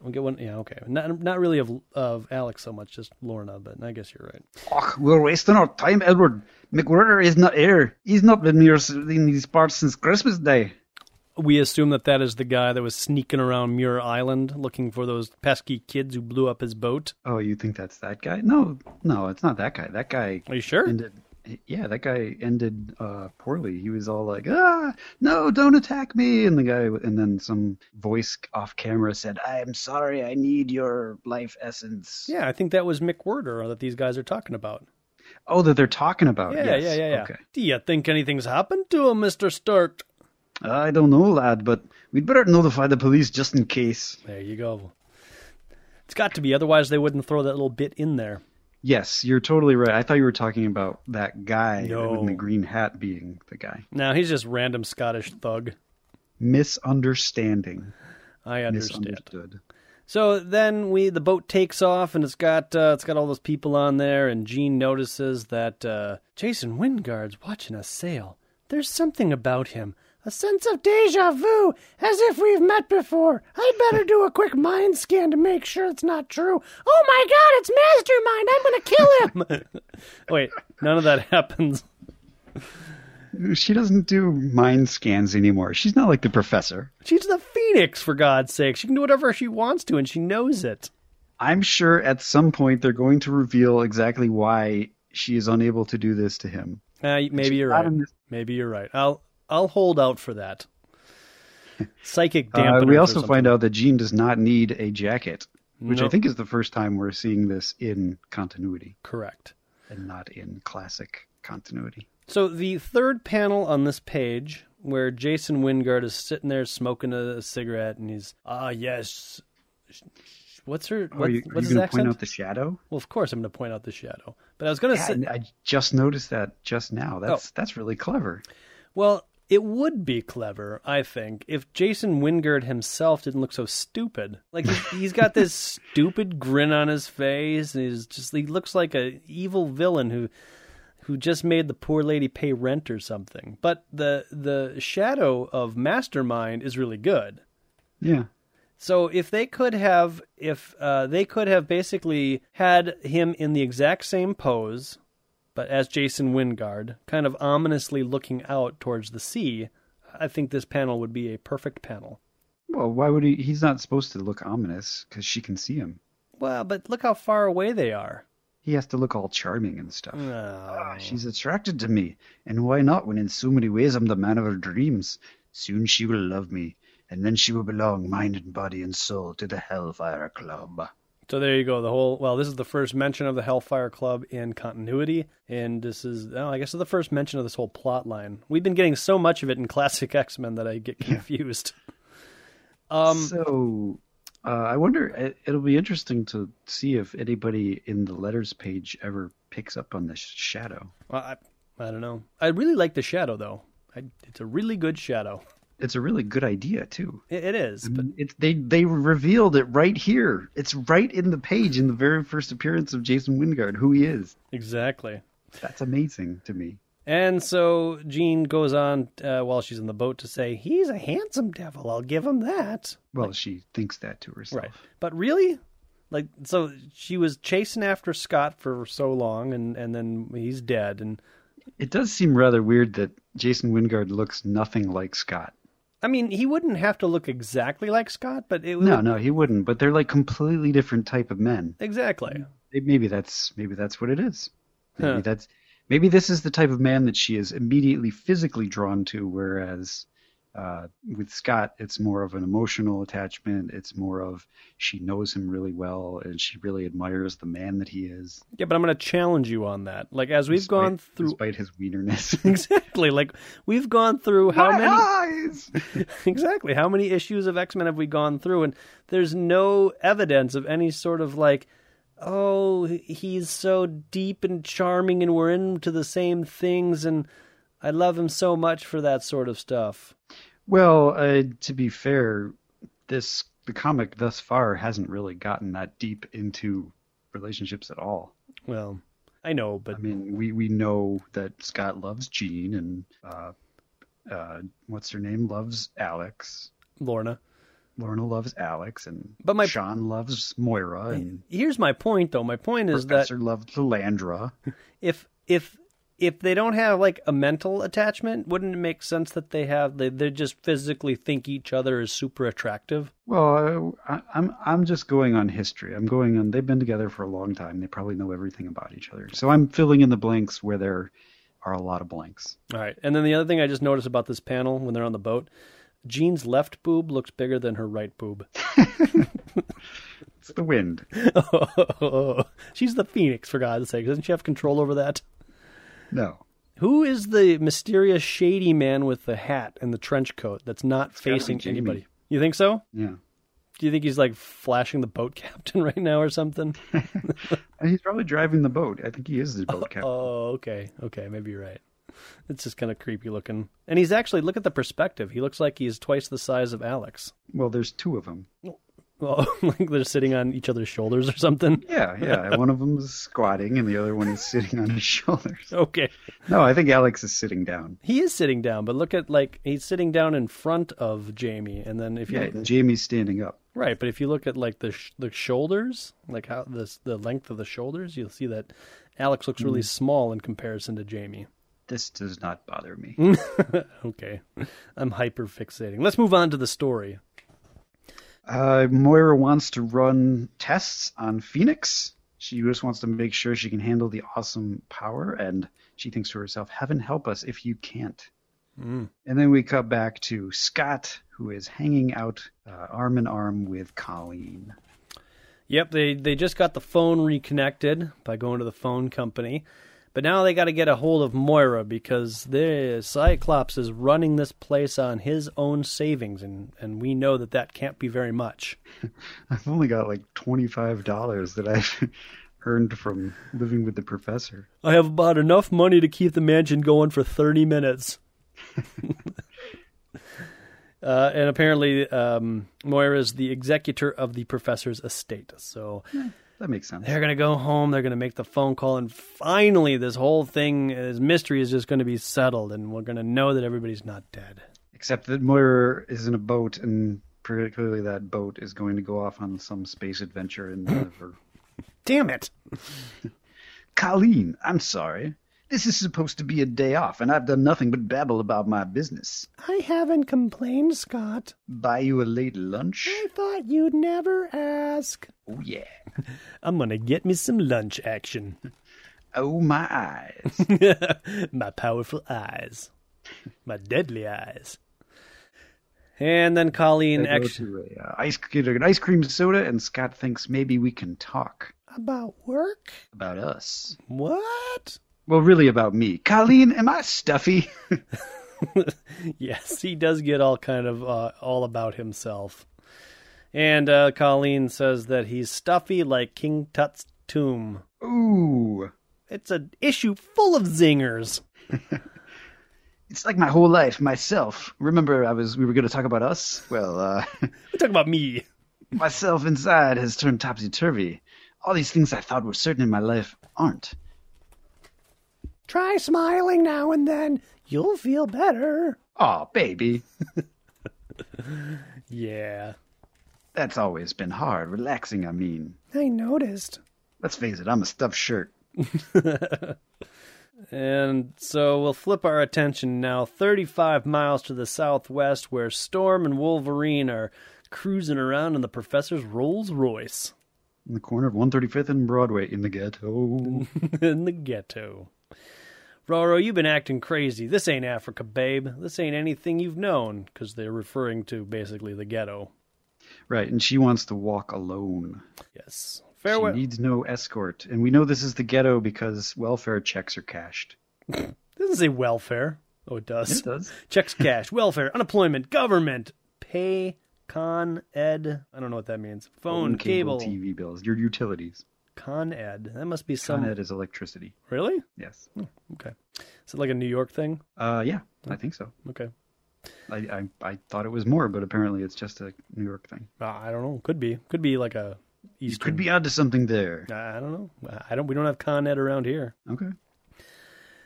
Speaker 2: we get one. Yeah, okay. Not not really of of Alex so much, just Lorna. But I guess you're right.
Speaker 1: Och, we're wasting our time, Edward. McWhorter is not here. He's not been here s- in these parts since Christmas Day.
Speaker 2: We assume that that is the guy that was sneaking around Muir Island looking for those pesky kids who blew up his boat.
Speaker 1: Oh, you think that's that guy? No, no, it's not that guy. That guy
Speaker 2: Are you sure?
Speaker 1: ended. Yeah, that guy ended uh, poorly. He was all like, "Ah, no, don't attack me!" And the guy, and then some voice off camera said, "I am sorry. I need your life essence."
Speaker 2: yeah, I think that was Mick Werder that these guys are talking about.
Speaker 1: Oh, that they're talking about.
Speaker 2: Yeah,
Speaker 1: yes.
Speaker 2: yeah, yeah, yeah.
Speaker 1: Okay.
Speaker 2: Do you think anything's happened to him, Mister Sturt?
Speaker 1: I don't know, lad, but we'd better notify the police just in case.
Speaker 2: There you go. It's got to be, otherwise they wouldn't throw that little bit in there.
Speaker 1: Yes, you're totally right. I thought you were talking about that guy
Speaker 2: No.
Speaker 1: in the green hat being the guy.
Speaker 2: Now he's just random Scottish thug.
Speaker 1: Misunderstanding.
Speaker 2: I understand.
Speaker 1: Misunderstood.
Speaker 2: So then we the boat takes off and it's got uh, it's got all those people on there and Jean notices that uh, Jason Wingard's watching us sail. There's something about him, a sense of deja vu, as if we've met before. I better do a quick mind scan to make sure it's not true. Oh my God, it's Mastermind! I'm gonna kill him. Wait, none of that happens.
Speaker 1: She doesn't do mind scans anymore. She's not like the professor.
Speaker 2: She's the phoenix, for God's sake. She can do whatever she wants to, and she knows it.
Speaker 1: I'm sure at some point they're going to reveal exactly why she is unable to do this to him.
Speaker 2: Uh, maybe you're
Speaker 1: not
Speaker 2: right.
Speaker 1: in this-
Speaker 2: Maybe you're right. I'll I'll hold out for that. Psychic
Speaker 1: Uh,
Speaker 2: dampener.
Speaker 1: we also find out that Jean does not need a jacket, which I
Speaker 2: Nope.
Speaker 1: think is the first time we're seeing this in continuity
Speaker 2: correct.
Speaker 1: and not in classic continuity.
Speaker 2: So the third panel on this page, where Jason Wingard is sitting there smoking a cigarette, and he's ah yes. What's her?
Speaker 1: Oh,
Speaker 2: what-
Speaker 1: are you,
Speaker 2: what's his
Speaker 1: going to
Speaker 2: accent?
Speaker 1: point out the shadow?
Speaker 2: well, of course, I'm going to point out the shadow. But I was going to
Speaker 1: Yeah,
Speaker 2: say,
Speaker 1: and I just noticed that just now. That's that's really clever.
Speaker 2: Well, it would be clever, I think, if Jason Wingard himself didn't look so stupid. Like he's, he's got this stupid grin on his face, and he's just—he looks like a evil villain who, who just made the poor lady pay rent or something. But the the shadow of Mastermind is really good.
Speaker 1: Yeah.
Speaker 2: So if they could have, if uh, they could have basically had him in the exact same pose, but as Jason Wingard, kind of ominously looking out towards the sea, I think this panel would be a perfect panel.
Speaker 1: Well, why would he? He's not supposed to look ominous because she can see him.
Speaker 2: Well, but look how far away they are.
Speaker 1: He has to look all charming and stuff.
Speaker 2: No.
Speaker 1: Ah, she's attracted to me, and why not? When in so many ways I'm the man of her dreams. Soon she will love me, and then she will belong, mind and body and soul, to the Hellfire Club.
Speaker 2: So there you go. The whole well, this is the first mention of the Hellfire Club in continuity, and this is oh, I guess it's the first mention of this whole plot line. We've been getting so much of it in classic X Men that I get confused. Um,
Speaker 1: so uh, I wonder. It, it'll be interesting to see if anybody in the letters page ever picks up on this shadow.
Speaker 2: Well, I, I don't know. I really like the shadow though. I, it's a really good shadow.
Speaker 1: It's a really good idea too.
Speaker 2: It, it is, but
Speaker 1: It's they they revealed it right here. It's right in the page in the very first appearance of Jason Wingard, who he is.
Speaker 2: exactly.
Speaker 1: That's amazing to me.
Speaker 2: And so Jean goes on uh, while she's in the boat to say, "He's a handsome devil. I'll give him that."
Speaker 1: Well, she thinks that to herself.
Speaker 2: Right. But really, like, so she was chasing after Scott for so long, and and then he's dead. And
Speaker 1: It does seem rather weird that Jason Wingard looks nothing like Scott.
Speaker 2: I mean, he wouldn't have to look exactly like Scott, but it
Speaker 1: No,
Speaker 2: would-
Speaker 1: no, he wouldn't. But they're like completely different type of men.
Speaker 2: exactly.
Speaker 1: They- Maybe that's maybe that's what it is. Maybe
Speaker 2: Huh.
Speaker 1: that's maybe this is the type of man that she is immediately physically drawn to, whereas Uh, with Scott, it's more of an emotional attachment. It's more of she knows him really well and she really admires the man that he is.
Speaker 2: Yeah, but I'm going to challenge you on that. Like as we've
Speaker 1: despite-
Speaker 2: gone through
Speaker 1: despite his wienerness.
Speaker 2: exactly, like we've gone through how
Speaker 1: My
Speaker 2: many
Speaker 1: eyes!
Speaker 2: exactly how many issues of x-men have we gone through and there's no evidence of any sort of like oh he's so deep and charming and we're into the same things and i love him so much for that sort of stuff
Speaker 1: Well, uh, to be fair, this the comic thus far hasn't really gotten that deep into relationships at all.
Speaker 2: well i know but
Speaker 1: I mean, we we know that Scott loves Jean and uh, uh, what's her name loves Alex.
Speaker 2: lorna
Speaker 1: Lorna loves Alex, and
Speaker 2: But my-
Speaker 1: Sean loves Moira, and
Speaker 2: here's my point though my point is that
Speaker 1: Professor loves Lilandra.
Speaker 2: if if if they don't have like a mental attachment wouldn't it make sense that they have they, they just physically think each other is super attractive
Speaker 1: Well, I, I- I'm I'm just going on history. I'm going on. They've been together for a long time. They probably know everything about each other. So I'm filling in the blanks where there are a lot of blanks.
Speaker 2: All right. And then the other thing I just noticed about this panel when they're on the boat, Jean's left boob looks bigger than her right boob.
Speaker 1: It's the wind.
Speaker 2: She's the phoenix, for God's sake. Doesn't she have control over that?
Speaker 1: No,
Speaker 2: Who is the mysterious shady man with the hat and the trench coat that's not
Speaker 1: gotta be
Speaker 2: facing
Speaker 1: Jamie.
Speaker 2: anybody? You think so?
Speaker 1: yeah,
Speaker 2: Do you think he's like flashing the boat captain right now or something?
Speaker 1: and he's probably driving the boat. I think he is the boat captain.
Speaker 2: Oh, okay. Okay, maybe you're right. It's just kind of creepy looking. And he's actually look at the perspective. He looks like he's twice the size of Alex.
Speaker 1: Well, there's two of them.
Speaker 2: Well, like they're sitting on each other's shoulders or something.
Speaker 1: Yeah, yeah. one of them is squatting, and the other one is sitting on his shoulders.
Speaker 2: Okay.
Speaker 1: No, I think Alex is sitting down.
Speaker 2: He is sitting down, but look at like he's sitting down in front of Jamie, and then if you
Speaker 1: Yeah, and Jamie's standing up.
Speaker 2: right, but if you look at like the sh- the shoulders, like how this the length of the shoulders, you'll see that Alex looks really small in comparison to Jamie.
Speaker 1: This does not bother me.
Speaker 2: Okay, I'm hyper fixating. Let's move on to the story.
Speaker 1: Uh, Moira wants to run tests on Phoenix. She just wants to make sure she can handle the awesome power, and she thinks to herself, Heaven help us if you can't. And then we cut back to Scott, who is hanging out uh, arm in arm with Colleen.
Speaker 2: Yep, they they just got the phone reconnected by going to the phone company. But now they got to get a hold of Moira because the Cyclops is running this place on his own savings, and, and we know that that can't be very much.
Speaker 1: I've only got like $25 that I've earned from living with the professor.
Speaker 2: I have about enough money to keep the mansion going for 30 minutes. uh, and apparently, um, Moira is the executor of the professor's estate. So
Speaker 1: That makes sense.
Speaker 2: they're going to go home. They're going to make the phone call. And finally, this whole thing, this mystery is just going to be settled. And we're going to know that everybody's not dead.
Speaker 1: Except that Moira is in a boat, and pretty clearly that boat is going to go off on some space adventure in the river.
Speaker 2: Damn it.
Speaker 1: Colleen, I'm sorry. This is supposed to be a day off, and I've done nothing but babble about my business.
Speaker 2: I haven't complained, Scott.
Speaker 1: Buy you a late lunch?
Speaker 2: thought you'd never ask.
Speaker 1: Oh, yeah.
Speaker 2: I'm going to get me some lunch action.
Speaker 1: Oh, my eyes.
Speaker 2: my powerful eyes, my deadly eyes. And then Colleen
Speaker 1: They go
Speaker 2: actually
Speaker 1: to a, uh, ice, get an ice cream soda, and Scott thinks maybe we can talk
Speaker 2: about work.
Speaker 1: about us.
Speaker 2: What?
Speaker 1: Well, really about me. Colleen, am I stuffy?
Speaker 2: Yes, he does get all kind of uh, all about himself. And uh, Colleen says that he's stuffy like King Tut's tomb.
Speaker 1: Ooh.
Speaker 2: It's an issue full of zingers.
Speaker 1: It's like my whole life, myself. Remember, I was we were going to talk about us. Well, uh,
Speaker 2: We talk about me.
Speaker 1: myself inside has turned topsy turvy. All these things I thought were certain in my life aren't.
Speaker 2: Try smiling now and then. You'll feel better.
Speaker 1: Aw, baby,
Speaker 2: Yeah,
Speaker 1: that's always been hard. Relaxing, I mean.
Speaker 2: I noticed.
Speaker 1: Let's face it, I'm a stuffed shirt.
Speaker 2: And so we'll flip our attention now 35 miles to the southwest, where Storm and Wolverine are cruising around in the professor's Rolls Royce
Speaker 1: In the corner of 135th and Broadway in the ghetto.
Speaker 2: in the ghetto. Roro, you've been acting crazy. This ain't Africa, babe. This ain't anything you've known, because they're referring to basically the ghetto.
Speaker 1: Right, and she wants to walk alone.
Speaker 2: Yes.
Speaker 1: She
Speaker 2: Farewell.
Speaker 1: needs no escort. And we know this is the ghetto because welfare checks are cashed.
Speaker 2: doesn't say welfare. Oh, it does.
Speaker 1: It does.
Speaker 2: Checks cash, welfare, unemployment, government, pay, con, ed. I don't know what that means. Phone, cable,
Speaker 1: TV bills, your utilities.
Speaker 2: con ed. That must be some.
Speaker 1: Con Ed is electricity.
Speaker 2: Really?
Speaker 1: Yes.
Speaker 2: Okay. Is it like a New York thing?
Speaker 1: Uh, yeah, I think so.
Speaker 2: Okay.
Speaker 1: I, I I thought it was more, but apparently it's just a New York thing.
Speaker 2: Uh, I don't know. Could be. Could be like a
Speaker 1: You
Speaker 2: Eastern.
Speaker 1: could be onto something there.
Speaker 2: I I don't know. I don't. We don't have con ed around here.
Speaker 1: Okay.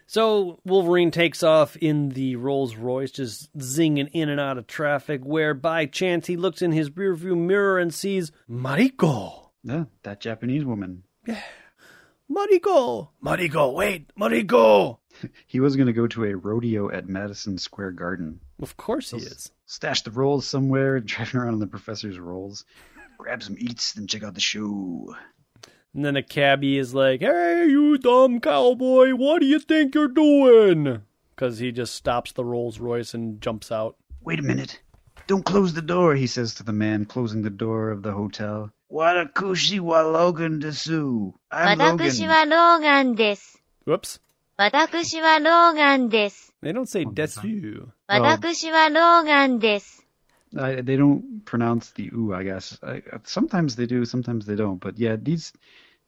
Speaker 2: So Wolverine takes off in the Rolls Royce, just zinging in and out of traffic. Where by chance he looks in his rearview mirror and sees Mariko.
Speaker 1: Yeah, that Japanese woman.
Speaker 2: Mariko, Mariko, wait, Mariko.
Speaker 1: He was going to go to a rodeo at Madison Square Garden.
Speaker 2: Of course he is.
Speaker 1: Stash the rolls somewhere, driving around on the professor's rolls. Grab some eats, then check out the show.
Speaker 2: And then a cabbie is like, "Hey, you dumb cowboy, what do you think you're doing?" Because he just stops the Rolls Royce and jumps out.
Speaker 1: Wait a minute. Don't close the door, he says to the man closing the door of the hotel. Watakushi wa Logan desu. I'm
Speaker 4: 私
Speaker 1: Logan.
Speaker 4: はローガンです。
Speaker 2: Whoops.
Speaker 4: 私はローガンです。
Speaker 2: They don't say desu.
Speaker 4: 私はローガンです。
Speaker 1: I, they don't pronounce the ooh, I guess. I, sometimes they do, sometimes they don't. But yeah, these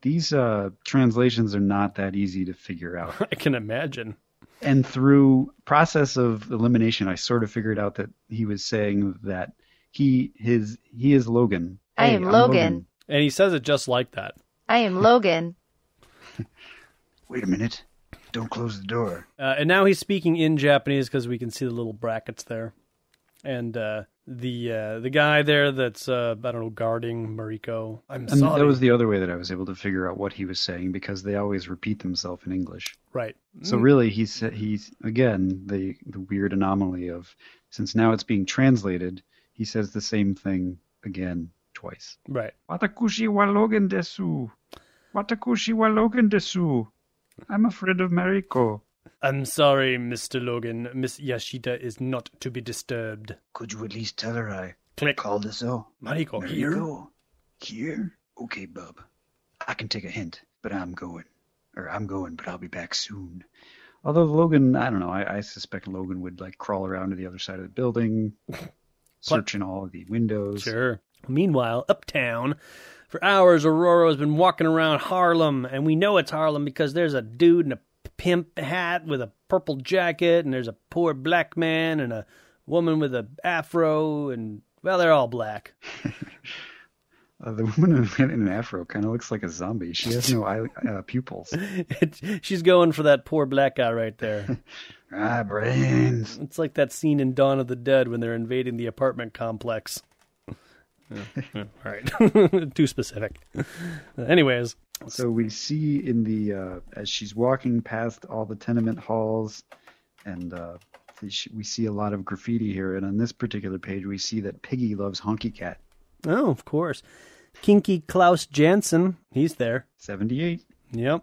Speaker 1: these uh, translations are not that easy to figure out.
Speaker 2: I can imagine.
Speaker 1: and through process of elimination, I sort of figured out that he was saying that he his he is Logan.
Speaker 5: I am
Speaker 1: I'm
Speaker 5: Logan.
Speaker 2: And he says it just like that.
Speaker 5: I am Logan.
Speaker 1: Wait a minute! Don't close the door.
Speaker 2: Uh, and now he's speaking in Japanese because we can see the little brackets there. And uh, the uh, the guy there that's uh, I don't know guarding Mariko. I'm
Speaker 1: And
Speaker 2: sorry.
Speaker 1: that was the other way that I was able to figure out what he was saying because they always repeat themselves in English.
Speaker 2: right.
Speaker 1: So really, he's he's again the the weird anomaly of since now it's being translated, he says the same thing again twice.
Speaker 2: Right.
Speaker 1: Watakushi wa Logan desu. Watakushi wa Logan desu. I'm afraid of Mariko.
Speaker 2: I'm sorry, Mr. Logan. Miss Yashita is not to be disturbed.
Speaker 1: Could you at least tell her I
Speaker 2: Click.
Speaker 1: called her so? There Oh,
Speaker 2: Mariko,
Speaker 1: you
Speaker 2: here?
Speaker 1: go. Here? Okay, bub. I can take a hint, but I'm going. Or I'm going, but I'll be back soon. Although Logan, I don't know, I, I suspect Logan would like crawl around to the other side of the building, searching all of the windows.
Speaker 2: Sure. Meanwhile, uptown, for hours, Aurora has been walking around Harlem, and we know it's Harlem because there's a dude in a pimp hat with a purple jacket, and there's a poor black man and a woman with a afro, and well, they're all black.
Speaker 1: Uh, the woman in an afro kind of looks like a zombie. She has no eye, uh, pupils.
Speaker 2: She's going for that poor black guy right there.
Speaker 1: Ah, brains.
Speaker 2: It's like that scene in Dawn of the Dead when they're invading the apartment complex. All right, too specific. Anyways,
Speaker 1: So we see in the uh, as she's walking past all the tenement halls, and uh, sh- we see a lot of graffiti here. And on this particular page, we see that Piggy loves Honky Cat
Speaker 2: oh, of course, Kinky Klaus Jansen, he's there.
Speaker 1: seventy-eight.
Speaker 2: Yep.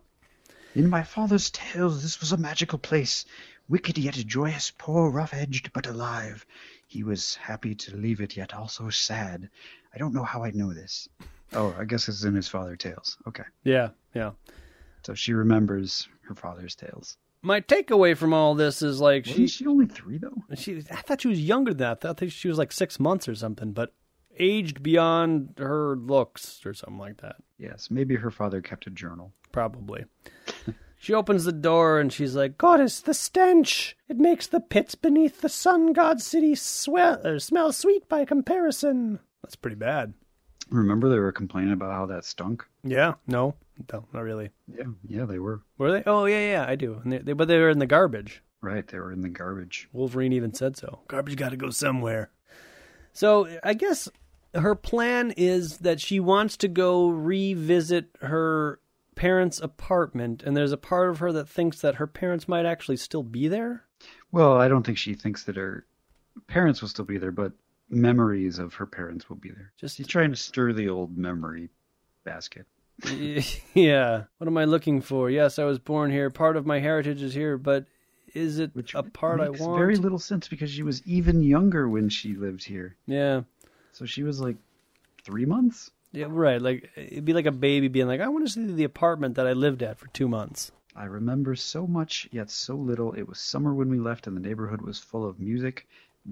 Speaker 1: In my father's tales, this was a magical place, wicked yet joyous, poor, rough-edged but alive. He was happy to leave it, yet also sad. I don't know how I know this. Oh, I guess it's in his father tales. Okay,
Speaker 2: Yeah, yeah.
Speaker 1: so she remembers her father's tales.
Speaker 2: My takeaway from all this is like she,
Speaker 1: Wasn't she only three though?
Speaker 2: she. I thought she was younger than that. I thought she was like six months or something, but aged beyond her looks or something like that.
Speaker 1: Yes, maybe her father kept a journal.
Speaker 2: Probably. she opens the door and she's like, "Goddess, the stench! It makes the pits beneath the sun god city swell or smell sweet by comparison." That's pretty bad.
Speaker 1: Remember they were complaining about how that stunk?
Speaker 2: Yeah. No. No. Not really.
Speaker 1: Yeah. Yeah, they were.
Speaker 2: Were they? Oh yeah, yeah. I do. And they, they, but they were in the garbage.
Speaker 1: Right, they were in the garbage.
Speaker 2: Wolverine even said so. Garbage got to go somewhere. So I guess her plan is that she wants to go revisit her parents' apartment, and there's a part of her that thinks that her parents might actually still be there.
Speaker 1: Well, I don't think she thinks that her parents will still be there, but memories of her parents will be there.
Speaker 2: Just-
Speaker 1: She's trying to stir the old memory basket.
Speaker 2: yeah. What am I looking for? Yes, I was born here. Part of my heritage is here, but is it
Speaker 1: Which
Speaker 2: a part I
Speaker 1: makes
Speaker 2: want?
Speaker 1: very little sense because she was even younger when she lived here.
Speaker 2: yeah.
Speaker 1: So she was like three months.
Speaker 2: Yeah, right. Like it'd be like a baby being like, "I want to see the apartment that I lived at for two months."
Speaker 1: I remember so much, yet so little. It was summer when we left, and the neighborhood was full of music.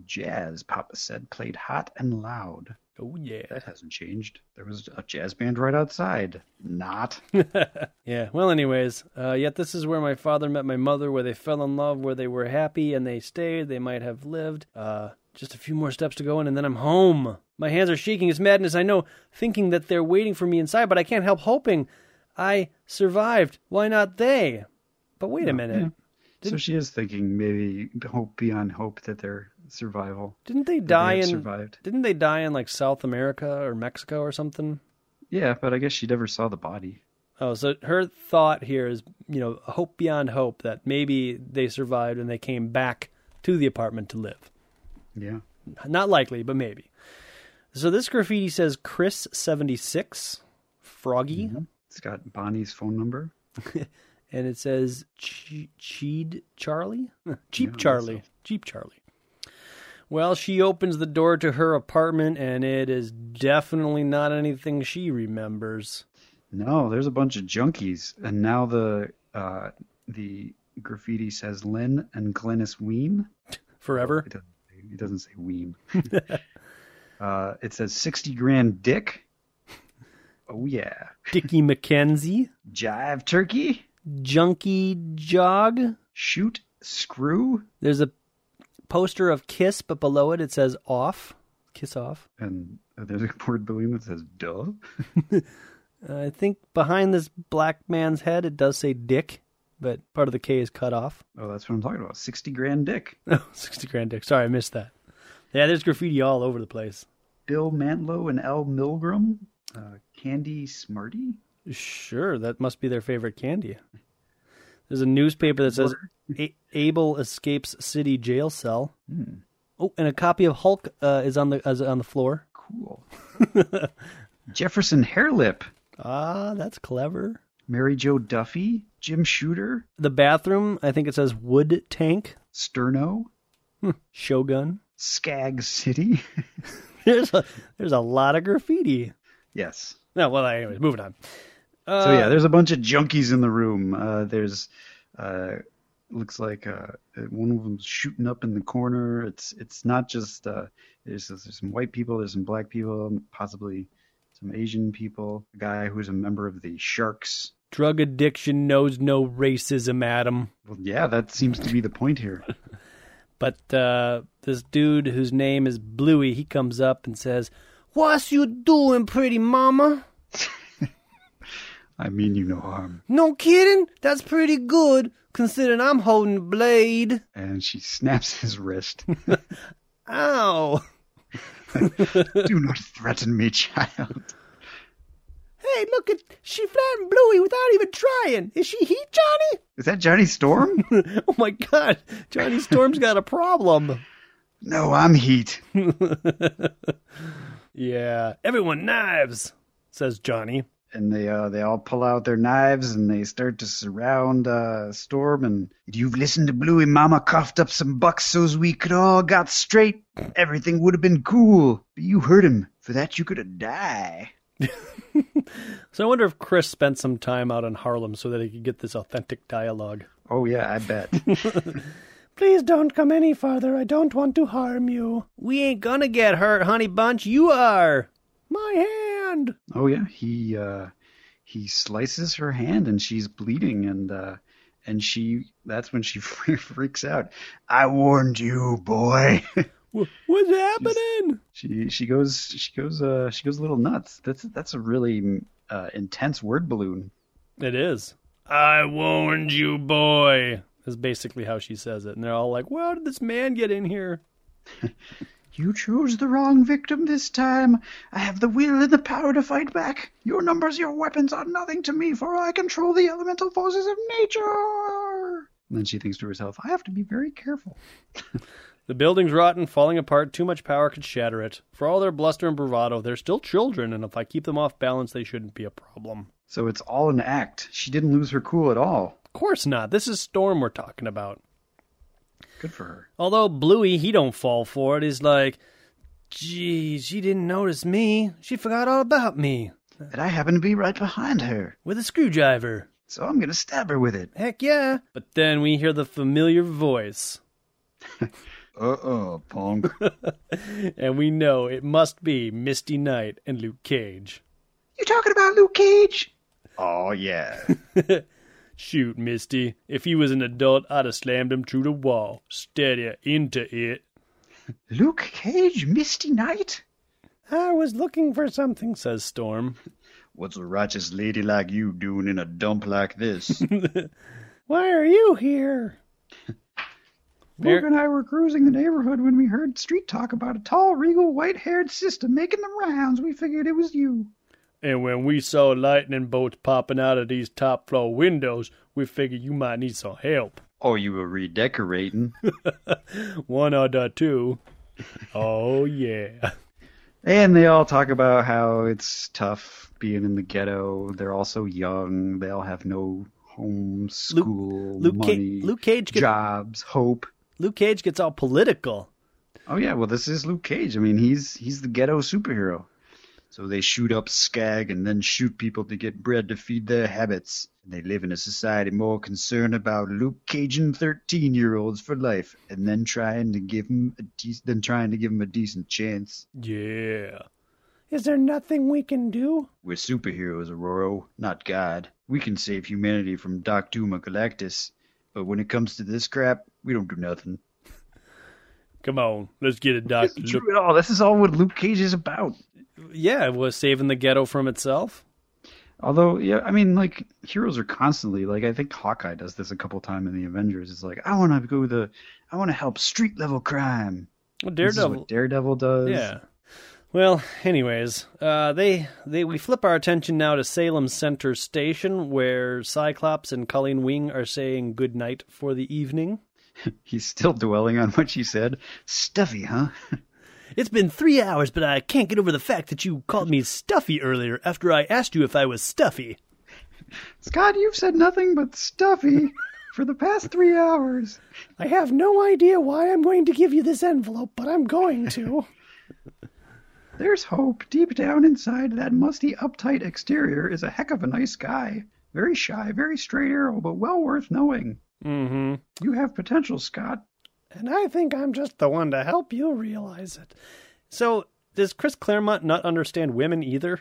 Speaker 1: Jazz, Papa said, played hot and loud.
Speaker 2: Oh yeah,
Speaker 1: That hasn't changed. There was a jazz band right outside. Not.
Speaker 2: yeah. Well, anyways, uh, yet this is where my father met my mother, where they fell in love, where they were happy, and they stayed. They might have lived. Uh, just a few more steps to go in, and then I'm home. My hands are shaking. It's madness. I know, thinking that they're waiting for me inside, but I can't help hoping. I survived. Why not they? But wait a minute.
Speaker 1: yeah. so she is thinking maybe hope beyond hope that their survival.
Speaker 2: Didn't they
Speaker 1: that
Speaker 2: die
Speaker 1: they have
Speaker 2: in?
Speaker 1: survived.
Speaker 2: Didn't they die in like South America or Mexico or something?
Speaker 1: Yeah, but I guess she never saw the body.
Speaker 2: Oh, so her thought here is, you know, hope beyond hope that maybe they survived and they came back to the apartment to live.
Speaker 1: Yeah.
Speaker 2: Not likely, but maybe. So this graffiti says Chris seventy six, Froggy,
Speaker 1: It's got Bonnie's phone number.
Speaker 2: and it says Che- Cheed Charlie, Cheap
Speaker 1: Yeah, I guess
Speaker 2: Charlie,
Speaker 1: so.
Speaker 2: Cheap Charlie. Well, she opens the door to her apartment, and it is definitely not anything she remembers.
Speaker 1: No, there's a bunch of junkies, and now the uh, the graffiti says Lynn and Glennis Ween.
Speaker 2: Forever.
Speaker 1: It doesn't, say- it doesn't say Ween. uh, it says sixty grand dick. Oh yeah,
Speaker 2: Dickie McKenzie,
Speaker 1: jive turkey,
Speaker 2: Junkie Jog.
Speaker 1: shoot screw,
Speaker 2: There's a poster of Kiss, but below it it says off. Kiss off.
Speaker 1: and there's a word balloon that says duh.
Speaker 2: Uh, I think behind this black man's head it does say dick, but part of the K is cut off.
Speaker 1: Oh, that's what I'm talking about. Sixty grand dick.
Speaker 2: Oh, 60 grand dick. Sorry, I missed that. Yeah, there's graffiti all over the place.
Speaker 1: Bill Mantlo and Al Milgram, uh, Candy Smarty.
Speaker 2: Sure, that must be their favorite candy. There's a newspaper that says a- Abel escapes city jail cell. Oh, and a copy of Hulk uh, is on the is on the floor.
Speaker 1: Cool. Jefferson Hairlip.
Speaker 2: Ah, that's clever.
Speaker 1: Mary Jo Duffy, Jim Shooter,
Speaker 2: The bathroom, I think it says wood tank,
Speaker 1: Sterno,
Speaker 2: shogun.
Speaker 1: Skag City.
Speaker 2: There's a there's a lot of graffiti.
Speaker 1: yes.
Speaker 2: No, well, anyways, moving on. Uh,
Speaker 1: So yeah, there's a bunch of junkies in the room. Uh, there's, uh, looks like uh, one of them's shooting up in the corner. It's it's not just uh, there's there's some white people, there's some black people, possibly some Asian people. A guy who's a member of the Sharks.
Speaker 2: drug addiction knows no racism, Adam.
Speaker 1: Well, yeah, that seems to be the point here.
Speaker 2: But uh, this dude whose name is Bluey, he comes up and says, "What's you doing, pretty mama?
Speaker 1: I mean you um, no harm.
Speaker 2: No kidding. That's pretty good, considering I'm holding a blade.
Speaker 1: And she snaps his wrist.
Speaker 2: Ow!
Speaker 1: Do not threaten me, child.
Speaker 2: Hey, look at she flattened Bluey without even trying. Is she heat, Johnny?
Speaker 1: Is that Johnny Storm?
Speaker 2: oh my god, Johnny Storm's got a problem.
Speaker 1: no, I'm Heat.
Speaker 2: Yeah. Everyone knives, says Johnny.
Speaker 1: And they uh, they all pull out their knives and they start to surround uh, Storm. And you've listened to Bluey, Mama coughed up some bucks so's we could all got straight. Everything would have been cool, but you hurt him. For that, you could have die.
Speaker 2: So I wonder if Chris spent some time out in Harlem so that he could get this authentic dialogue.
Speaker 1: Oh yeah, I bet.
Speaker 2: Please don't come any farther. I don't want to harm you. We ain't gonna get hurt, honey bunch. You are. My hand.
Speaker 1: oh yeah, he uh, he slices her hand and she's bleeding and. Uh, and she, that's when she freaks out. I warned you, boy.
Speaker 2: Wh- What's happening?
Speaker 1: She she goes she goes uh she goes a little nuts. That's that's a really uh, intense word balloon.
Speaker 2: It is. I warned you, boy. Is basically how she says it, and they're all like, well, "How did this man get in here?"
Speaker 1: You chose the wrong victim this time. I have the will and the power to fight back. Your numbers, your weapons are nothing to me, for I control the elemental forces of nature. And then she thinks to herself, I have to be very careful.
Speaker 2: The building's rotten, falling apart, too much power could shatter it. For all their bluster and bravado, they're still children, and if I keep them off balance, they shouldn't be a problem.
Speaker 1: So it's all an act. She didn't lose her cool at all.
Speaker 2: Of course not. This is Storm we're talking about.
Speaker 1: Good for her.
Speaker 2: Although Bluey, he don't fall for it. He's like, gee, she didn't notice me. She forgot all about me.
Speaker 1: And I happen to be right behind her,
Speaker 2: With a screwdriver.
Speaker 1: so I'm gonna stab her with it.
Speaker 2: Heck yeah. But then we hear the familiar voice,
Speaker 1: Uh oh, punk.
Speaker 2: and we know it must be Misty Knight and Luke Cage.
Speaker 1: you talking about Luke Cage? Oh yeah.
Speaker 2: Shoot, Misty. If he was an adult, I'd have slammed him through the wall. Steady into it.
Speaker 1: Luke Cage, Misty Knight?
Speaker 2: I was looking for something, says Storm.
Speaker 1: What's a righteous lady like you doing in a dump like this?
Speaker 2: Why are you here?
Speaker 1: Morgan and I were cruising the neighborhood when we heard street talk about a tall, regal, white haired sister making the rounds. We figured it was you.
Speaker 2: And when we saw lightning bolts popping out of these top floor windows, we figured you might need some help.
Speaker 1: Oh, you were redecorating.
Speaker 2: One or the two. Oh, yeah.
Speaker 1: and they all talk about how it's tough being in the ghetto. They're all so young. They all have no home, school,
Speaker 2: Luke, Ca-
Speaker 1: money,
Speaker 2: Luke Cage gets
Speaker 1: jobs, hope.
Speaker 2: Luke Cage gets all political.
Speaker 1: Oh yeah, well this is Luke Cage. I mean, he's he's the ghetto superhero. So they shoot up skag and then shoot people to get bread to feed their habits. And they live in a society more concerned about Luke Cajun thirteen-year-olds for life, and then trying to give them a dec- then trying to give 'em a decent chance.
Speaker 2: Yeah. Is there nothing we can do?
Speaker 1: We're superheroes, Aurora, not God. We can save humanity from Doc Doom or Galactus, but when it comes to this crap, we don't do nothing.
Speaker 2: Come on, let's get a doctor.
Speaker 1: True at all. This is all what Luke Cage is about.
Speaker 2: Yeah, it was saving the ghetto from itself.
Speaker 1: Although, yeah, I mean, like heroes are constantly like I think Hawkeye does this a couple times in the Avengers. It's like I want to go the, I want to help street level crime.
Speaker 2: Well,
Speaker 1: This is
Speaker 2: Daredevil.
Speaker 1: what Daredevil does.
Speaker 2: Yeah. Well, anyways, uh, they they we flip our attention now to Salem Center Station, where Cyclops and Colleen Wing are saying goodnight for the evening.
Speaker 1: He's still dwelling on what she said. Stuffy, huh?
Speaker 2: It's been three hours, but I can't get over the fact that you called me stuffy earlier after I asked you if I was stuffy.
Speaker 1: Scott, you've said nothing but stuffy for the past three hours.
Speaker 2: I have no idea why I'm going to give you this envelope, but I'm going to.
Speaker 1: There's hope deep down inside that musty, uptight exterior. Is a heck of a nice guy. Very shy, very straight arrow, but well worth knowing.
Speaker 2: mm-hmm.
Speaker 1: You have potential, Scott.
Speaker 2: And I think I'm just the one to help you realize it. So, does Chris Claremont not understand women either?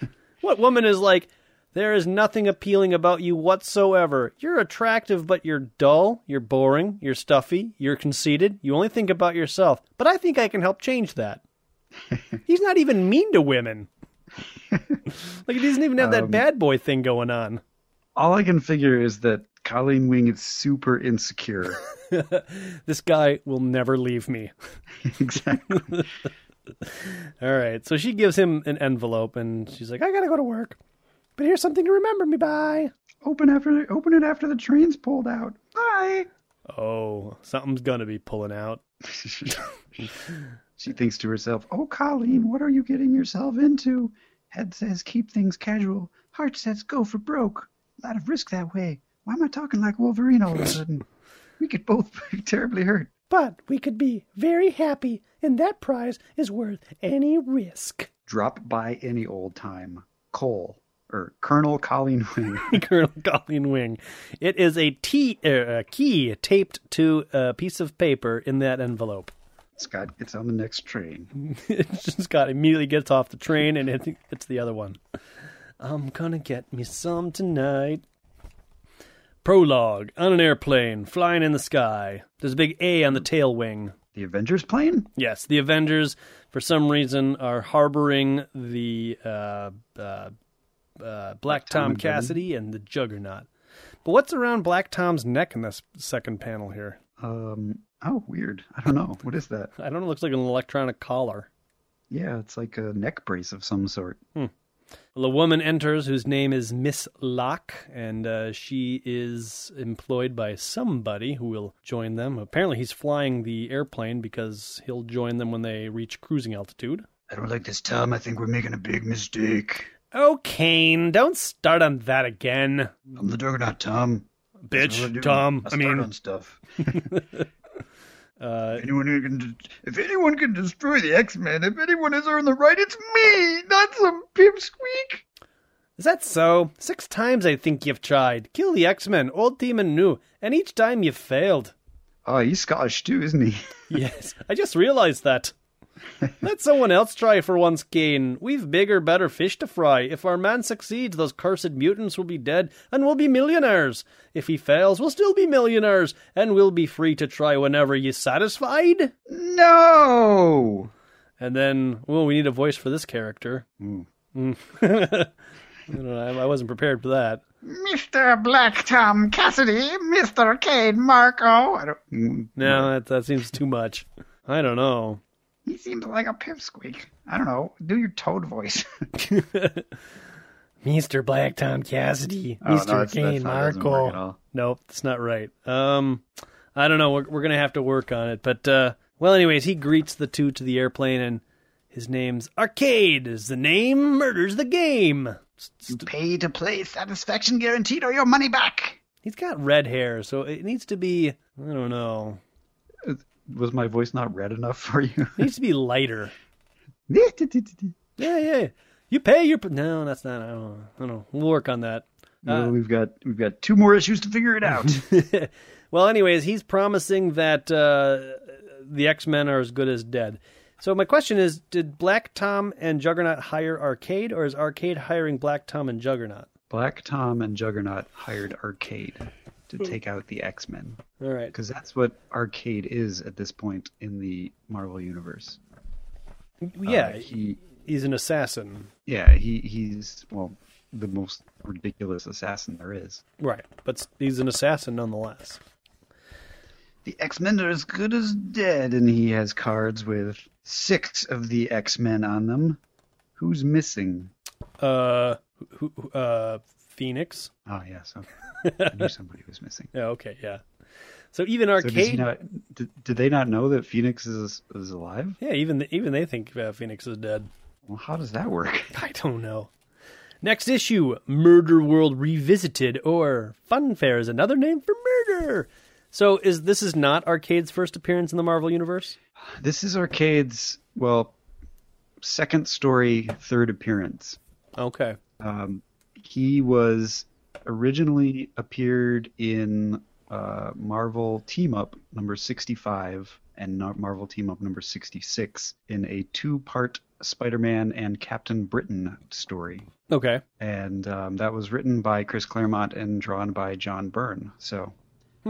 Speaker 2: what woman is like, there is nothing appealing about you whatsoever. You're attractive, but you're dull, you're boring, you're stuffy, you're conceited, you only think about yourself. But I think I can help change that. He's not even mean to women. like, he doesn't even have that bad boy thing going on.
Speaker 1: All I can figure is that Colleen Wing is super insecure.
Speaker 2: This guy will never leave me.
Speaker 1: exactly.
Speaker 2: All right. So she gives him an envelope and she's like, I got to go to work. But here's something to remember me by.
Speaker 1: Open after open it after the train's pulled out. Bye.
Speaker 2: Oh, something's going to be pulling out.
Speaker 1: she thinks to herself, "Oh, Colleen, what are you getting yourself into?" Head says, "Keep things casual." Heart says, "Go for broke." A lot of risk that way. Why am I talking like Wolverine all of a sudden? we could both be terribly hurt.
Speaker 2: But we could be very happy, and that prize is worth any risk.
Speaker 1: Drop by any old time. Cole or Colonel Colleen Wing.
Speaker 2: Colonel Colleen Wing. It is a, tea, uh, a key taped to a piece of paper in that envelope.
Speaker 1: Scott gets on the next train.
Speaker 2: Scott immediately gets off the train and it- it's the other one. I'm gonna get me some tonight. Prologue on an airplane flying in the sky. There's a big A on the tail wing.
Speaker 1: The Avengers plane.
Speaker 2: Yes, the Avengers, for some reason, are harboring the uh, uh, uh, Black Tom,
Speaker 1: and Venom.
Speaker 2: Cassidy and the Juggernaut. But what's around Black Tom's neck in this second panel here?
Speaker 1: Um. Oh, weird. I don't know. What is that?
Speaker 2: I don't know. It looks like an electronic collar.
Speaker 1: Yeah, it's like a neck brace of some sort.
Speaker 2: Well, a woman enters whose name is Miss Locke, and uh, she is employed by somebody who will join them. Apparently, he's flying the airplane because he'll join them when they reach cruising altitude.
Speaker 1: I don't like this, Tom. I think we're making a big mistake.
Speaker 2: Oh, Kane, don't start on that again.
Speaker 1: I'm the juggernaut, Tom. That's what I do.
Speaker 2: Bitch, Tom. I
Speaker 1: start
Speaker 2: mean,
Speaker 1: on stuff.
Speaker 2: uh,
Speaker 1: If anyone who can, de- if anyone can destroy the X-Men, if anyone has earned the right, it's me, not some pipsqueak.
Speaker 2: Is that so? Six times I think you've tried. Kill the X Men, old team and new, and each time you failed.
Speaker 1: Oh, he's Scottish too, isn't he?
Speaker 2: Yes, I just realized that. Let someone else try for once, Kane. We've bigger, better fish to fry. If our man succeeds, those cursed mutants will be dead, and we'll be millionaires. If he fails, we'll still be millionaires, and we'll be free to try whenever you satisfied.
Speaker 1: No.
Speaker 2: And then, well, we need a voice for this character.
Speaker 1: Hmm.
Speaker 2: Mm. I don't know, I I wasn't prepared for that.
Speaker 1: Mr. Black Tom Cassidy, Mr. Cade Marco. I don't. mm,
Speaker 2: No, that, that seems too much. I don't know.
Speaker 1: He seems like a pipsqueak. I don't know. Do your toad voice.
Speaker 2: Mr. Black Tom Cassidy, Mr. Kane Markle. Nope, that's not right. Um, I don't know. We're, we're gonna have to work on it. But uh, well, anyways, he greets the two to the airplane, and his name's Arcade. Is the name murders the game? S- s-
Speaker 1: Pay to play, satisfaction guaranteed, or your money back.
Speaker 2: He's got red hair, so it needs to be. I don't know.
Speaker 1: Was my voice not red enough for you?
Speaker 2: It needs to be lighter. Yeah, yeah. You pay your. p- No, that's not. I don't know. I don't know. We'll work on that.
Speaker 1: Well, we've got we've got two more issues to figure it out.
Speaker 2: well, anyways, he's promising that uh, the X Men are as good as dead. So my question is: Did Black Tom and Juggernaut hire Arcade, or is Arcade hiring Black Tom and Juggernaut?
Speaker 1: Black Tom and Juggernaut hired Arcade to take out the X Men
Speaker 2: All right.
Speaker 1: because that's what Arcade is at this point in the Marvel universe.
Speaker 2: Yeah,
Speaker 1: Uh, he
Speaker 2: he's an assassin.
Speaker 1: yeah he he's well the most ridiculous assassin there is.
Speaker 2: Right, but s- he's an assassin nonetheless.
Speaker 1: The X Men are as good as dead, and he has cards with six of the X Men on them. Who's missing?
Speaker 2: Uh, who, who- uh, Phoenix.
Speaker 1: Oh yes, okay. I knew somebody was missing.
Speaker 2: Yeah, okay, yeah. So even
Speaker 1: So does he
Speaker 2: Arcade,
Speaker 1: not? Did, did they not know that Phoenix is is alive?
Speaker 2: yeah, even th even they think uh, Phoenix is dead.
Speaker 1: Well, how does that work?
Speaker 2: I don't know. Next issue Murder World Revisited, or Fun Fair is another name for murder. So is this is not Arcade's first appearance in the Marvel Universe?
Speaker 1: This is Arcade's well, second story, third appearance.
Speaker 2: Okay.
Speaker 1: Um, he was originally appeared in uh, Marvel Team Up number 65 and no- Marvel Team Up number 66 in a two-part Spider-Man and Captain Britain story,
Speaker 2: Okay.
Speaker 1: and um, that was written by Chris Claremont and drawn by John Byrne. So.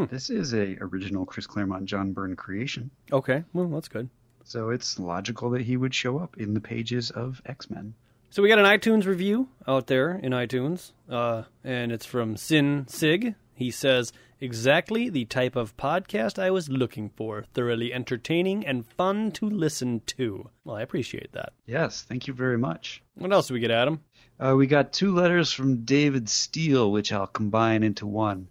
Speaker 1: This is a original Chris Claremont John Byrne creation,
Speaker 2: Okay. Well, that's good.
Speaker 1: so it's logical that he would show up in the pages of X Men.
Speaker 2: So we got an iTunes review out there in iTunes, uh, and it's from Sin Sig. He says, "Exactly the type of podcast I was looking for. Thoroughly entertaining and fun to listen to." Well, I appreciate that.
Speaker 1: Yes, thank you very much.
Speaker 2: What else do we get, Adam?
Speaker 1: Uh, we got two letters from David Steele, which I'll combine into one.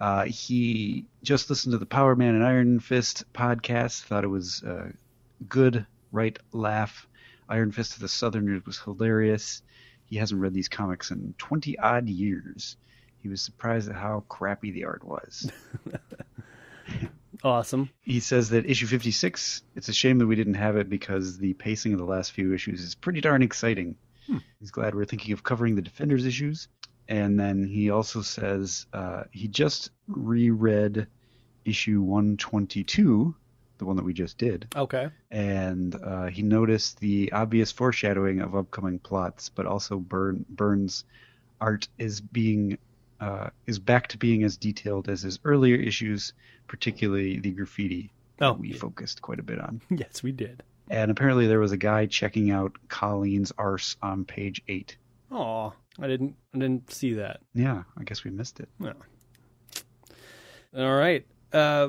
Speaker 1: Uh, he just listened to the Power Man and Iron Fist podcast, thought it was uh, good, right laugh. Iron Fist of the Southerners was hilarious. He hasn't read these comics in 20 odd years. He was surprised at how crappy the art was.
Speaker 2: Awesome.
Speaker 1: he says that issue 56, it's a shame that we didn't have it because the pacing of the last few issues is pretty darn exciting. He's glad we're thinking of covering the Defenders issues. And then he also says uh, he just reread issue 122, the one that we just did,
Speaker 2: Okay.
Speaker 1: and uh, he noticed the obvious foreshadowing of upcoming plots, but also Burn, Burns' art is being uh, is back to being as detailed as his earlier issues, particularly the graffiti
Speaker 2: Oh,
Speaker 1: we focused quite a bit on.
Speaker 2: yes, we did.
Speaker 1: And apparently, there was a guy checking out Colleen's arse on page eight.
Speaker 2: Oh, I didn't I didn't see that.
Speaker 1: Yeah, I guess we missed it.
Speaker 2: No. All right. Uh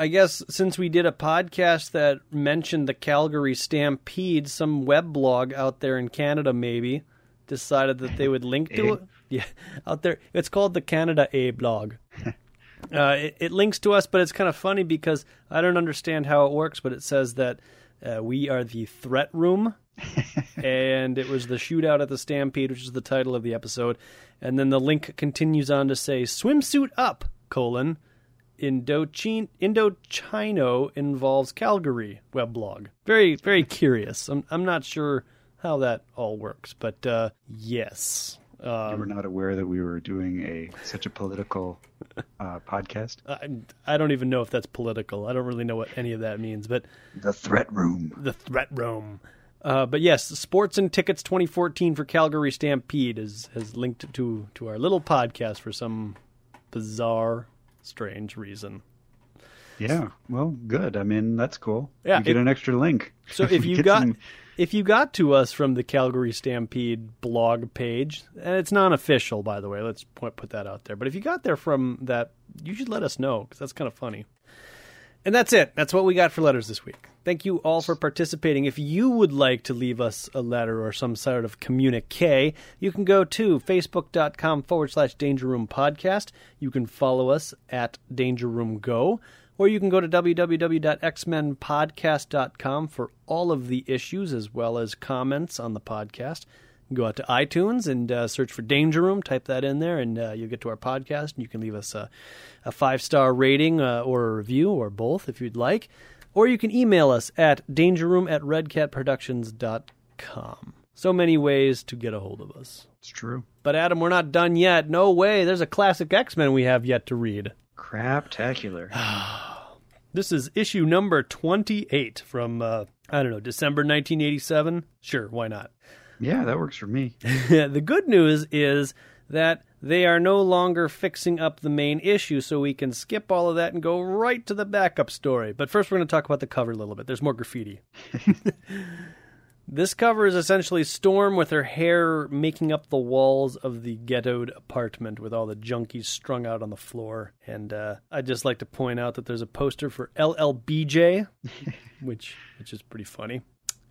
Speaker 2: I guess since we did a podcast that mentioned the Calgary Stampede, some web blog out there in Canada maybe decided that they would link to it. Yeah, out there. It's called the Canada A blog. Uh, it, it links to us, but it's kind of funny because I don't understand how it works, but it says that uh, we are the threat room. and it was the shootout at the Stampede, which is the title of the episode. And then the link continues on to say swimsuit up colon Indochin Indochino involves Calgary weblog. Very very curious. I'm I'm not sure how that all works, but uh, yes.
Speaker 1: We were not aware that we were doing a such a political uh, podcast.
Speaker 2: I, I don't even know if that's political. I don't really know what any of that means, but
Speaker 1: The threat room.
Speaker 2: the threat room. Uh, but yes, sports and tickets 2014 for Calgary Stampede is has linked to to our little podcast for some bizarre, strange reason.
Speaker 1: Yeah. Well, good. I mean, that's cool.
Speaker 2: Yeah,
Speaker 1: You get
Speaker 2: it-
Speaker 1: an extra link.
Speaker 2: So if
Speaker 1: We
Speaker 2: you
Speaker 1: get
Speaker 2: got
Speaker 1: some-
Speaker 2: if you got to us from the Calgary Stampede blog page, and it's non-official by the way, let's put put that out there. But if you got there from that, you should let us know cuz that's kind of funny. And that's it. That's what we got for letters this week. Thank you all for participating. If you would like to leave us a letter or some sort of communique, you can go to facebook.com forward slash danger room podcast. You can follow us at danger room go, or you can go to www.xmenpodcast.com for all of the issues as well as comments on the podcast. Go out to iTunes and uh, search for Danger Room. Type that in there, and uh, you'll get to our podcast. And you can leave us a, a five star rating uh, or a review or both if you'd like. Or you can email us at dangerroom at redcatproductions.com. So many ways to get a hold of us.
Speaker 1: It's true.
Speaker 2: But Adam, we're not done yet. No way. There's a classic X Men we have yet to read.
Speaker 1: Craptacular.
Speaker 2: This is issue number 28 from, uh, I don't know, December 1987. Sure, why not?
Speaker 1: yeah, that works for me.
Speaker 2: the good news is that they are no longer fixing up the main issue, so we can skip all of that and go right to the backup story. But first, we're going to talk about the cover a little bit. There's more graffiti. this cover is essentially Storm with her hair making up the walls of the ghettoed apartment with all the junkies strung out on the floor. And uh, I'd just like to point out that there's a poster for LLBJ, which which is pretty funny.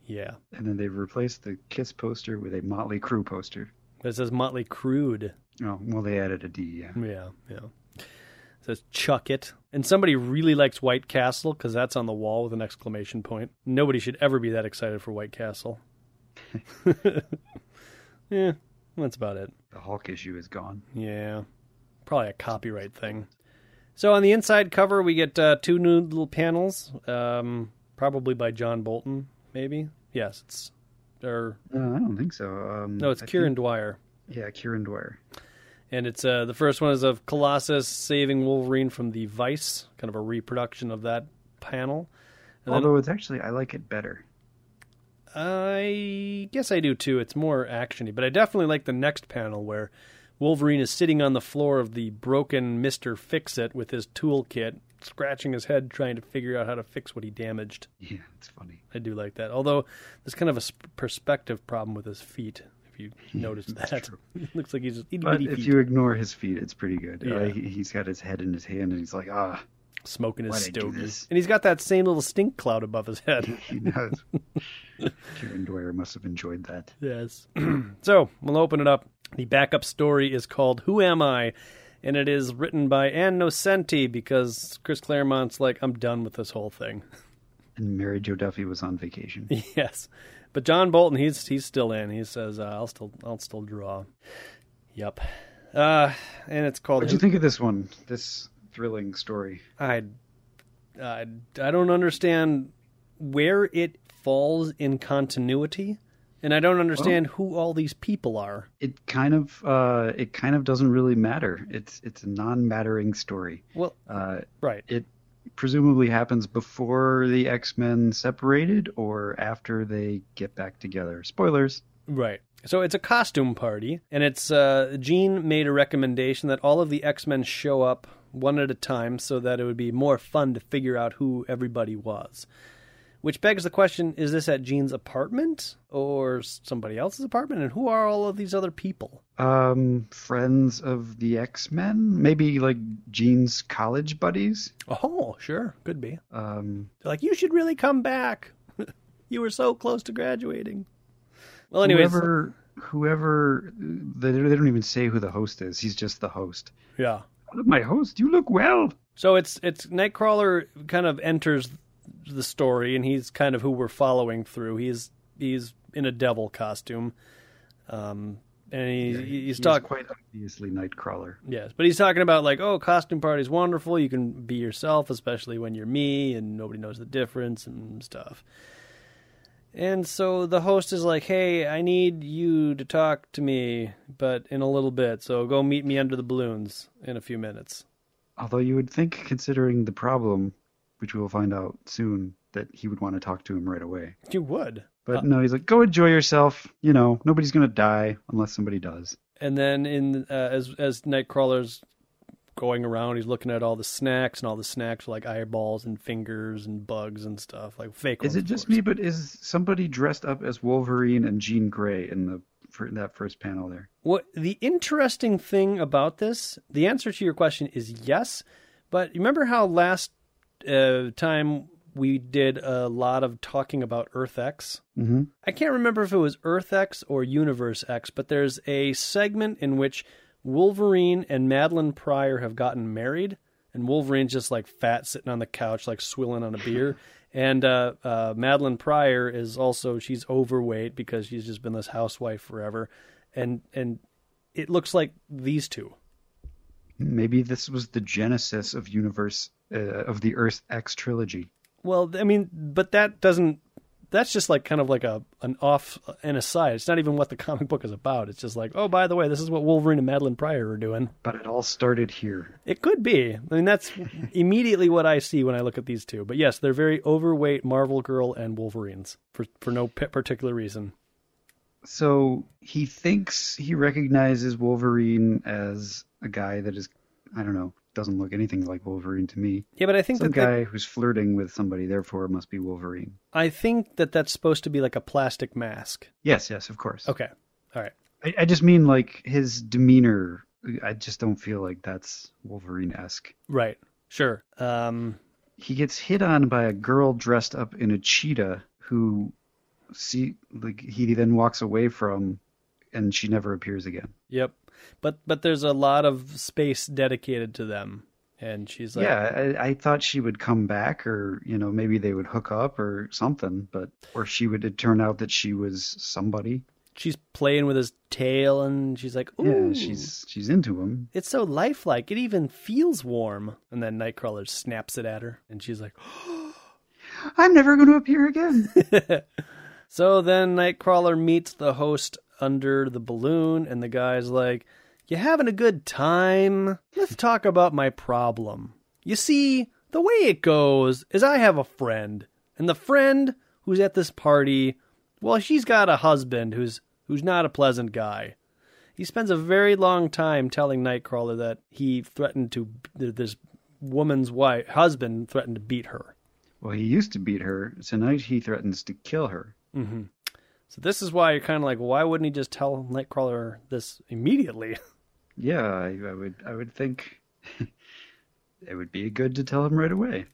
Speaker 2: Yeah.
Speaker 1: And then they've replaced the Kiss poster with a Motley Crue poster.
Speaker 2: That says Motley Crude.
Speaker 1: Oh, well, they added a D, yeah.
Speaker 2: Yeah, yeah. says chuck it. And somebody really likes White Castle because that's on the wall with an exclamation point. Nobody should ever be that excited for White Castle. yeah, that's about it.
Speaker 1: The Hulk issue is gone.
Speaker 2: Yeah, probably a copyright thing. So on the inside cover, we get uh, two new little panels, um, probably by John Bolton, maybe. Yes, it's or
Speaker 1: No, Uh, I don't think so. Um,
Speaker 2: no, it's
Speaker 1: I
Speaker 2: Kieran
Speaker 1: think-
Speaker 2: Dwyer.
Speaker 1: yeah, Kieran Dwyer.
Speaker 2: and it's uh, the first one is of Colossus saving Wolverine from the Vice, kind of a reproduction of that panel. And
Speaker 1: Although it's actually, I like it better.
Speaker 2: then, I guess I do too. It's more actiony, but I definitely like the next panel where Wolverine is sitting on the floor of the broken Mister Fix It with his toolkit, scratching his head trying to figure out how to fix what he damaged.
Speaker 1: Yeah, it's funny.
Speaker 2: I do like that. Although there's kind of a sp- perspective problem with his feet. If you notice that,
Speaker 1: true.
Speaker 2: looks like he's just itty
Speaker 1: But
Speaker 2: bitty
Speaker 1: if
Speaker 2: feet
Speaker 1: you ignore his feet, it's pretty good.
Speaker 2: Yeah.
Speaker 1: Uh, he, he's got his head in his hand, and he's like, ah,
Speaker 2: smoking his
Speaker 1: Why'd I do
Speaker 2: stogie,
Speaker 1: this?
Speaker 2: and he's got that same little stink cloud above his head.
Speaker 1: he knows. Kieran Dwyer must have enjoyed that.
Speaker 2: Yes. so we'll open it up. The backup story is called Who Am I? And it is written by Ann Nocenti because Chris Claremont's like, I'm done with this whole thing.
Speaker 1: And Mary Jo Duffy was on vacation.
Speaker 2: yes. But John Bolton, he's he's still in. He says, uh, I'll still I'll still draw. Yep. Uh, and it's called
Speaker 1: What do you think of this one? This thrilling story.
Speaker 2: I, I, I don't understand where it falls in continuity, and I don't understand who all these people are.
Speaker 1: It kind of, uh, it kind of doesn't really matter. It's it's a non-mattering story.
Speaker 2: Well,
Speaker 1: Uh,
Speaker 2: right.
Speaker 1: it presumably happens before the X-Men separated or after they get back together. Spoilers.
Speaker 2: Right. So it's a costume party, and it's uh, Gene made a recommendation that all of the X Men show up one at a time so that it would be more fun to figure out who everybody was. Which begs the question: Is this at Gene's apartment or somebody else's apartment? And who are all of these other people?
Speaker 1: Um, friends of the X-Men, maybe like Jean's college buddies.
Speaker 2: Oh, sure, could be.
Speaker 1: Um,
Speaker 2: They're like, you should really come back. you were so close to graduating. Well, anyways,
Speaker 1: whoever whoever they, they don't even say who the host is. He's just the host.
Speaker 2: Yeah.
Speaker 1: My host, you look well.
Speaker 2: So it's it's Nightcrawler kind of enters the story, and he's kind of who we're following through. He's he's in a devil costume, um, and he, he's
Speaker 1: He is
Speaker 2: talking.
Speaker 1: quite obviously Nightcrawler.
Speaker 2: Yes, but he's talking about like, oh, costume party's wonderful. You can be yourself, especially when you're me and nobody knows the difference and stuff. And so the host is like, "Hey, I need you to talk to me, but in a little bit. So go meet me under the balloons in a few minutes."
Speaker 1: Although you would think, considering the problem, which we will find out soon, that he would want to talk to him right away.
Speaker 2: You would.
Speaker 1: But no, he's like, go enjoy yourself. You know, nobody's going to die unless somebody does.
Speaker 2: And then in uh, as as Nightcrawler's going around, he's looking at all the snacks, and all the snacks are like eyeballs and fingers and bugs and stuff, like fake.
Speaker 1: Is
Speaker 2: ones,
Speaker 1: it
Speaker 2: of
Speaker 1: just
Speaker 2: course.
Speaker 1: me, but is somebody dressed up as Wolverine and Jean Grey in the for that first panel there?
Speaker 2: What the interesting thing about this, the answer to your question is yes, but remember how last uh, time we did a lot of talking about Earth X?
Speaker 1: Mm-hmm.
Speaker 2: I can't remember if it was Earth X or Universe X, but there's a segment in which Wolverine and Madeline Pryor have gotten married, and Wolverine's just like fat, sitting on the couch, like swilling on a beer. and uh, uh, Madeline Pryor is also she's overweight because she's just been this housewife forever, and and it looks like these two.
Speaker 1: Maybe this was the genesis of universe uh, of the Earth X trilogy.
Speaker 2: Well, I mean, but that doesn't. That's just like kind of like a an off an aside. It's not even what the comic book is about. It's just like, oh, by the way, this is what Wolverine and Madeline Pryor are doing.
Speaker 1: But it all started here.
Speaker 2: It could be. I mean, that's immediately what I see when I look at these two. But yes, they're very overweight Marvel Girl and Wolverines for for no p- particular reason.
Speaker 1: So he thinks he recognizes Wolverine as a guy that is, I don't know, doesn't look anything like Wolverine to me.
Speaker 2: Yeah, but I think
Speaker 1: Some
Speaker 2: that that-
Speaker 1: guy who's flirting with somebody, therefore, must be Wolverine.
Speaker 2: I think that that's supposed to be like a plastic mask.
Speaker 1: Yes, yes, of course.
Speaker 2: Okay, all right.
Speaker 1: I, I just mean like his demeanor. I just don't feel like that's Wolverine esque.
Speaker 2: Right. Sure. Um,
Speaker 1: He gets hit on by a girl dressed up in a cheetah who see like he then walks away from and she never appears again.
Speaker 2: yep. But but there's a lot of space dedicated to them, and she's like,
Speaker 1: yeah, I, I thought she would come back or you know, maybe they would hook up or something, but or she would it turned out that she was somebody.
Speaker 2: she's playing with his tail, and she's like, ooh,
Speaker 1: Yeah, she's she's into him.
Speaker 2: It's so lifelike. It even feels warm. And then Nightcrawler snaps it at her, and she's like.
Speaker 1: I'm never going to appear again.
Speaker 2: So then Nightcrawler meets the host under the balloon, and the guy's like, You having a good time? Let's talk about my problem. You see, the way it goes is I have a friend, and the friend who's at this party, well, she's got a husband who's who's not a pleasant guy. He spends a very long time telling Nightcrawler that he threatened to this woman's wife husband threatened to beat her.
Speaker 1: well, he used to beat her. Tonight he threatens to kill her.
Speaker 2: So this is why you're kind of like, why wouldn't he just tell Nightcrawler this immediately?
Speaker 1: Yeah, I, I would. I would think it would be good to tell him right away.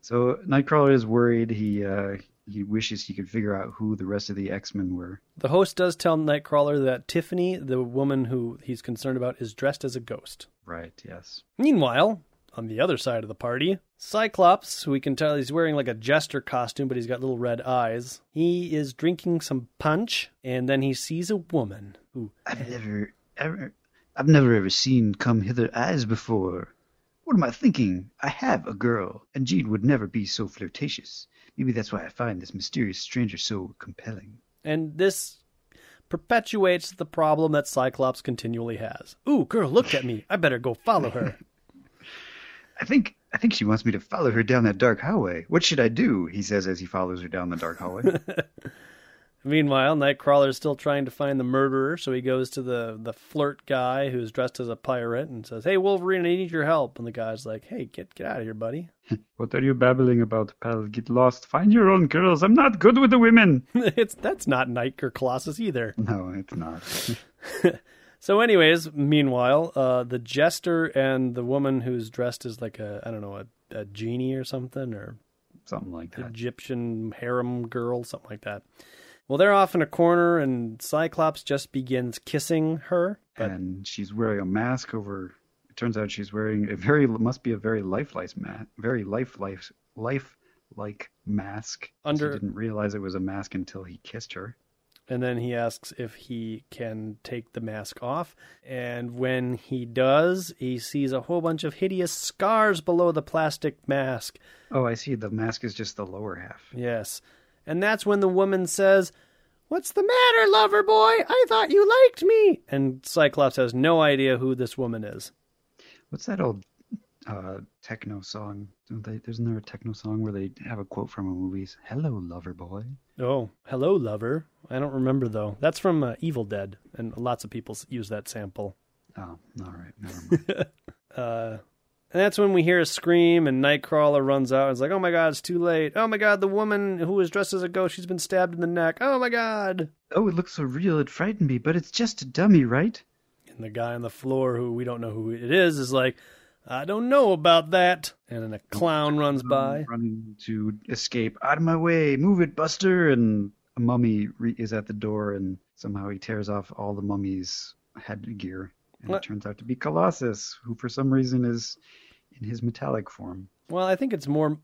Speaker 1: So Nightcrawler is worried. He uh, he wishes he could figure out who the rest of the X Men were.
Speaker 2: The host does tell Nightcrawler that Tiffany, the woman who he's concerned about, is dressed as a ghost.
Speaker 1: Right. Yes.
Speaker 2: Meanwhile, on the other side of the party, Cyclops, who we can tell he's wearing like a jester costume, but he's got little red eyes, he is drinking some punch, and then he sees a woman who
Speaker 1: I've never ever. I've never ever seen come hither eyes before. What am I thinking? I have a girl, and Jean would never be so flirtatious. Maybe that's why I find this mysterious stranger so compelling.
Speaker 2: and this perpetuates the problem that Cyclops continually has. Ooh, girl, look at me. I better go follow her.
Speaker 1: I think I think she wants me to follow her down that dark hallway. What should I do? He says as he follows her down the dark hallway.
Speaker 2: Meanwhile, Nightcrawler is still trying to find the murderer, so he goes to the, the flirt guy who's dressed as a pirate and says, Hey, Wolverine, I need your help. And the guy's like, Hey, get, get out of here, buddy.
Speaker 1: what are you babbling about, pal? Get lost. Find your own girls. I'm not good with the women.
Speaker 2: it's That's not Night or Colossus either.
Speaker 1: No, it's not.
Speaker 2: So, anyways, meanwhile, uh, the jester and the woman who's dressed as like a, I don't know, a, a genie or something, or
Speaker 1: Something like that.
Speaker 2: Egyptian harem girl, something like that. Well, they're off in a corner, and Cyclops just begins kissing her. But
Speaker 1: and she's wearing a mask over. It turns out she's wearing a very must be a very lifelike ma- very life life life like mask.
Speaker 2: Under-
Speaker 1: she didn't realize it was a mask until he kissed her.
Speaker 2: and then he asks if he can take the mask off, and when he does, he sees a whole bunch of hideous scars below the plastic mask.
Speaker 1: Oh, I see. The mask is just the lower half.
Speaker 2: Yes. And that's when the woman says, What's the matter, lover boy? I thought you liked me. And Cyclops has no idea who this woman is.
Speaker 1: What's that old uh, techno song? Don't they, isn't there a techno song where they have a quote from a movie? It's, Hello, lover boy.
Speaker 2: Oh, hello, lover. I don't remember, though. That's from uh, Evil Dead, and lots of people s- use that sample.
Speaker 1: Oh, all right, never mind.
Speaker 2: Uh, and that's when we hear a scream, and Nightcrawler runs out. and It's like, Oh my god, it's too late. Oh my god, the woman who was dressed as a ghost, she's been stabbed in the neck. Oh my god.
Speaker 1: oh, it looks so real, it frightened me, but it's just a dummy, right?
Speaker 2: And the guy on the floor, who we don't know who it is, is like, I don't know about that. And then a clown runs by.
Speaker 1: Running Mm, to escape, out of my way, move it, Buster! And a mummy re- is at the door, and somehow he tears off all the mummy's headgear, and
Speaker 2: What?
Speaker 1: it turns out to be Colossus, who for some reason is in his metallic form.
Speaker 2: Well, I think it's more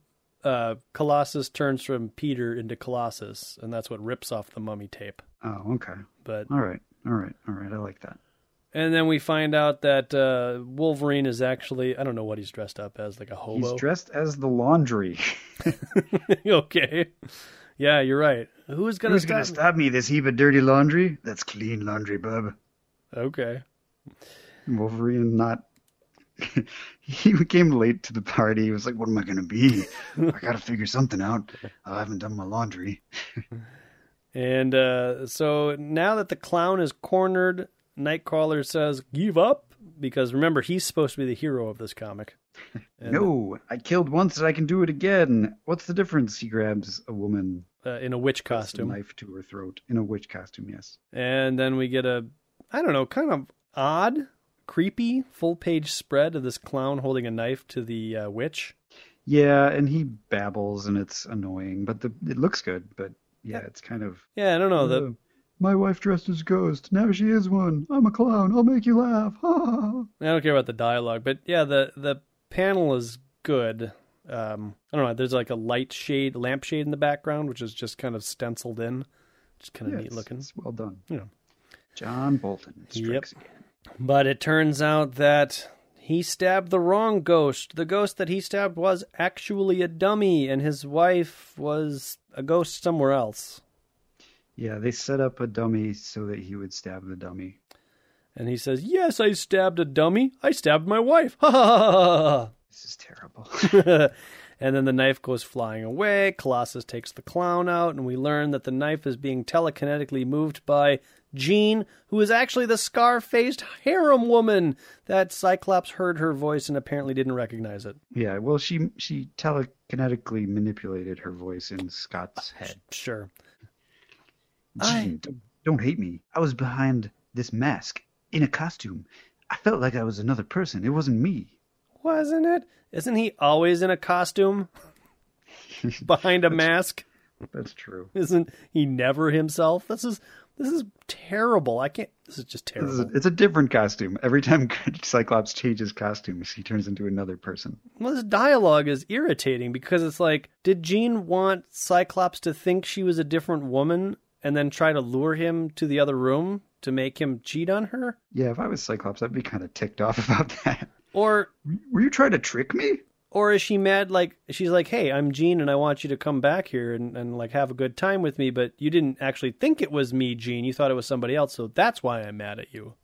Speaker 2: uh, Colossus turns from Peter into Colossus, and that's what rips off the mummy tape.
Speaker 1: Oh, okay,
Speaker 2: But
Speaker 1: all right, all right, all right. I like that.
Speaker 2: and then we find out that uh, Wolverine is actually I don't know what he's dressed up as, like a
Speaker 1: He's
Speaker 2: hobo.
Speaker 1: dressed as the laundry.
Speaker 2: okay, yeah, you're right. Who's gonna,
Speaker 1: Who's
Speaker 2: stop
Speaker 1: gonna
Speaker 2: me?
Speaker 1: stop me? This heap of dirty laundry? That's clean laundry, bub.
Speaker 2: Okay,
Speaker 1: Wolverine not. he came late to the party. He was like, "What am I gonna be? I gotta figure something out. I haven't done my laundry."
Speaker 2: and uh, so now that the clown is cornered, Nightcrawler says, "Give up," because remember he's supposed to be the hero of this comic. And,
Speaker 1: No, I killed once and I can do it again. What's the difference? He grabs a woman,
Speaker 2: uh, in a
Speaker 1: puts
Speaker 2: witch
Speaker 1: a
Speaker 2: costume.
Speaker 1: knife to her throat in a witch costume. Yes,
Speaker 2: And then we get a, I don't know, kind of odd, creepy full page spread of this clown holding a knife to the uh, witch.
Speaker 1: yeah, and he babbles and it's annoying, but the it looks good. But yeah, it's kind of
Speaker 2: Yeah, I don't know. The,
Speaker 1: My wife dressed as a ghost. Now she is one. I'm a clown. I'll make you laugh. Ha!
Speaker 2: I don't care about the dialogue, but yeah, the the panel is good. Um, I don't know. There's like a light shade, lamp shade in the background, which is just kind of stenciled in, just kind of neat looking.
Speaker 1: It's well done.
Speaker 2: Yeah.
Speaker 1: John Bolton strikes again.
Speaker 2: But it turns out that he stabbed the wrong ghost. The ghost that he stabbed was actually a dummy, and his wife was a ghost somewhere else.
Speaker 1: Yeah, they set up a dummy so that he would stab the dummy.
Speaker 2: And he says, Yes, I stabbed a dummy. I stabbed my wife. Ha ha
Speaker 1: This is terrible.
Speaker 2: ha ha. And then the knife goes flying away. Colossus takes the clown out, and we learn that the knife is being telekinetically moved by Jean, who is actually the scar faced harem woman that Cyclops heard her voice and apparently didn't recognize it.
Speaker 1: yeah, well, she she telekinetically manipulated her voice in Scott's head.
Speaker 2: Sure. I-
Speaker 1: Jean, don't, don't hate me. I was behind this mask in a costume. I felt like I was another person. It wasn't me.
Speaker 2: Wasn't it? Isn't he always in a costume? Behind a mask?
Speaker 1: That's true.
Speaker 2: Isn't he never himself? This is this is terrible. I can't. This is just
Speaker 1: This is
Speaker 2: terrible.
Speaker 1: a, it's a different costume. Every time Cyclops changes costumes, he turns into another person.
Speaker 2: Well, this dialogue is irritating because it's like, did Jean want Cyclops to think she was a different woman and then try to lure him to the other room to make him cheat on her?
Speaker 1: Yeah, if I was Cyclops, I'd be kind of ticked off about that.
Speaker 2: Or
Speaker 1: Were you trying to trick me?
Speaker 2: or is she mad like she's like, Hey, I'm Jean and I want you to come back here and, and like have a good time with me, but you didn't actually think it was me, Jean. You thought it was somebody else, so that's why I'm mad at you.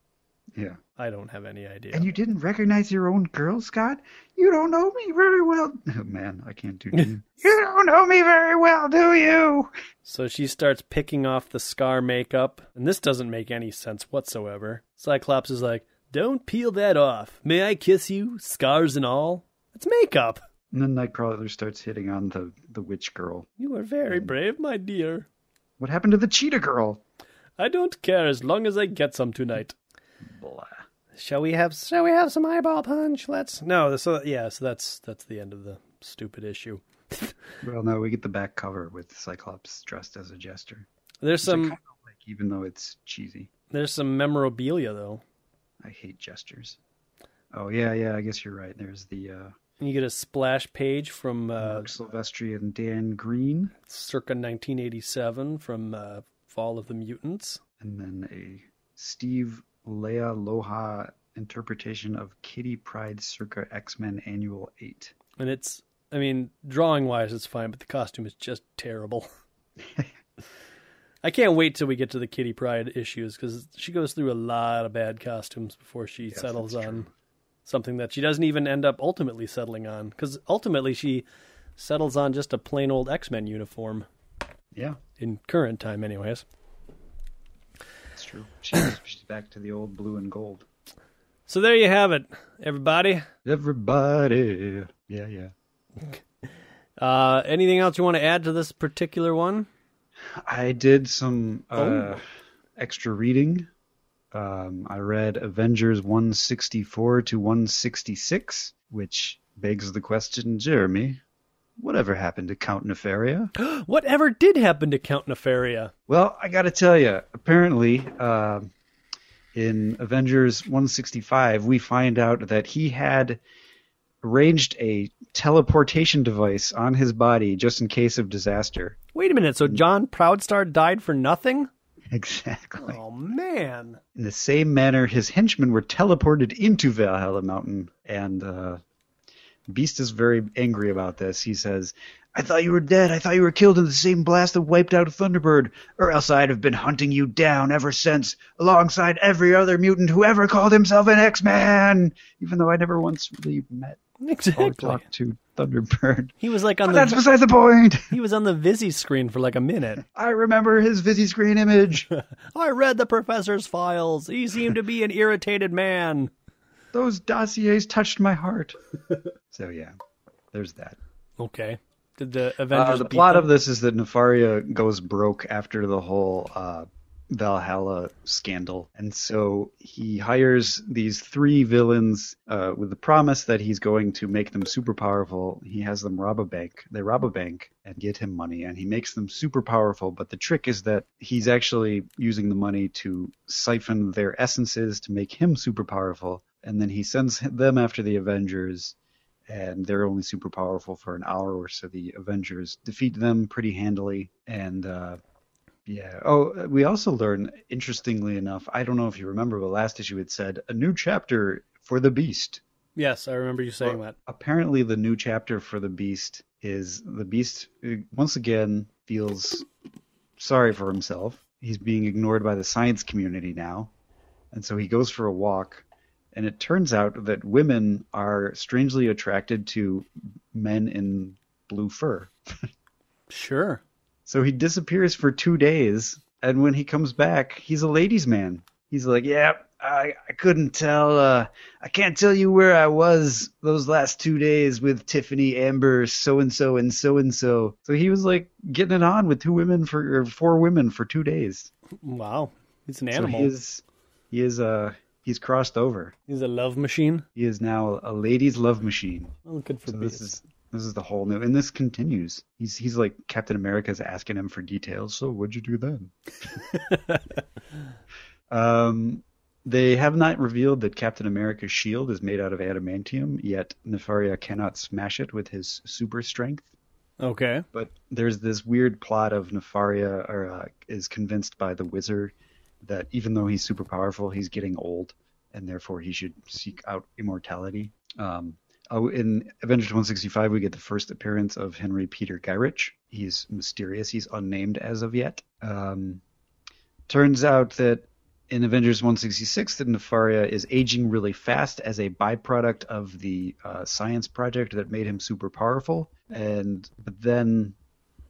Speaker 1: Yeah.
Speaker 2: I don't have any idea.
Speaker 1: And you didn't recognize your own girl, Scott? You don't know me very well. Oh, man, I can't do Jean. you don't know me very well, do you?
Speaker 2: So she starts picking off the scar makeup, and this doesn't make any sense whatsoever. Cyclops is like, Don't peel that off. May I kiss you, scars and all? It's makeup.
Speaker 1: And then Nightcrawler starts hitting on the, the witch girl.
Speaker 2: You are very brave, my dear.
Speaker 1: What happened to the cheetah girl?
Speaker 2: I don't care as long as I get some tonight.
Speaker 1: Blah.
Speaker 2: Shall we have shall we have some eyeball punch? Let's No, so yeah, so that's that's the end of the stupid issue.
Speaker 1: Well, no, we get the back cover with Cyclops dressed as a jester.
Speaker 2: There's
Speaker 1: Which I
Speaker 2: some
Speaker 1: kinda like, even though it's cheesy.
Speaker 2: there's some memorabilia though.
Speaker 1: I hate gestures. Oh yeah, yeah. I guess you're right. There's the uh,
Speaker 2: And you get a splash page from uh,
Speaker 1: Mark Silvestri and Dan Green,
Speaker 2: circa 1987 from uh, Fall of the Mutants.
Speaker 1: and then a Steve Leia Loha interpretation of Kitty Pride circa X Men Annual Eight.
Speaker 2: And it's I mean, drawing wise it's fine, but the costume is just terrible. I can't wait till we get to the Kitty Pride issues because she goes through a lot of bad costumes before she
Speaker 1: Yes,
Speaker 2: settles
Speaker 1: that's
Speaker 2: on
Speaker 1: true.
Speaker 2: something that she doesn't even end up ultimately settling on. Because ultimately she settles on just a plain old X Men uniform
Speaker 1: Yeah,
Speaker 2: in current time, anyways.
Speaker 1: that's true. She's, she's back to the old blue and gold.
Speaker 2: So there you have it, everybody.
Speaker 1: Everybody. Yeah, yeah.
Speaker 2: Uh, anything else you want to add to this particular one?
Speaker 1: I did some uh,
Speaker 2: Oh.
Speaker 1: extra reading. Um, I read Avengers 164 to 166, which begs the question, Jeremy, whatever happened to Count Nefaria?
Speaker 2: Whatever did happen to Count Nefaria?
Speaker 1: Well, I got to tell you, apparently, um in Avengers 165, we find out that he had arranged a teleportation device on his body just in case of disaster.
Speaker 2: Wait a minute. So John Proudstar died for nothing?
Speaker 1: Exactly.
Speaker 2: Oh man.
Speaker 1: In the same manner, his henchmen were teleported into Valhalla Mountain, and uh, Beast is very angry about this. He says, I thought you were dead. I thought you were killed in the same blast that wiped out Thunderbird, or else I'd have been hunting you down ever since, alongside every other mutant who ever called himself an X Man, even though I never once really met or
Speaker 2: Exactly.
Speaker 1: talked to Thunderbird.
Speaker 2: He was like
Speaker 1: But
Speaker 2: on
Speaker 1: that's
Speaker 2: the
Speaker 1: beside the point.
Speaker 2: he was on the Visi screen for like a minute.
Speaker 1: I remember his Visi screen image.
Speaker 2: I read the professor's files. He seemed to be an irritated man.
Speaker 1: Those dossiers touched my heart. so yeah, there's that.
Speaker 2: Okay. Did the
Speaker 1: Uh,
Speaker 2: Avengers
Speaker 1: the
Speaker 2: beat
Speaker 1: plot
Speaker 2: them?
Speaker 1: of this is that Nefaria goes broke after the whole uh, Valhalla scandal, and so he hires these three villains uh, with the promise that he's going to make them super powerful. He has them rob a bank. They rob a bank and get him money, and he makes them super powerful. But the trick is that he's actually using the money to siphon their essences to make him super powerful, and then he sends them after the Avengers and they're only super powerful for an hour or so. The Avengers defeat them pretty handily, and uh, yeah. Oh, we also learn, interestingly enough, I don't know if you remember, but last issue it said a new chapter for the Beast.
Speaker 2: Yes, I remember you saying
Speaker 1: Well,
Speaker 2: that.
Speaker 1: Apparently, the new chapter for the Beast is the Beast uh, once again feels sorry for himself. He's being ignored by the science community now, and so he goes for a walk. And it turns out that women are strangely attracted to men in blue fur.
Speaker 2: Sure.
Speaker 1: So he disappears for two days, and when he comes back, he's a ladies' man. He's like, "Yeah, I, I couldn't tell. Uh, I can't tell you where I was those last two days with Tiffany, Amber, so and so, and so and so." So he was like getting it on with two women for or four women for two days.
Speaker 2: Wow. He's an
Speaker 1: So
Speaker 2: animal.
Speaker 1: he is, he is uh, he's crossed over.
Speaker 2: He's a love machine.
Speaker 1: He is now a ladies' love machine.
Speaker 2: Well, good for
Speaker 1: So this
Speaker 2: Beast.
Speaker 1: is this is the whole new, and this continues. He's he's like Captain America's asking him for details. So what'd you do then? um, they have not revealed that Captain America's shield is made out of adamantium yet. Nefaria cannot smash it with his super strength.
Speaker 2: Okay.
Speaker 1: But there's this weird plot of Nefaria or, uh, is convinced by the wizard that even though he's super powerful, he's getting old, and therefore he should seek out immortality. Um, oh, in Avengers 165, we get the first appearance of Henry Peter Gyrich. He's mysterious. He's unnamed as of yet. Um, turns out that in Avengers 166 that Nefaria is aging really fast as a byproduct of the uh, science project that made him super powerful. And but then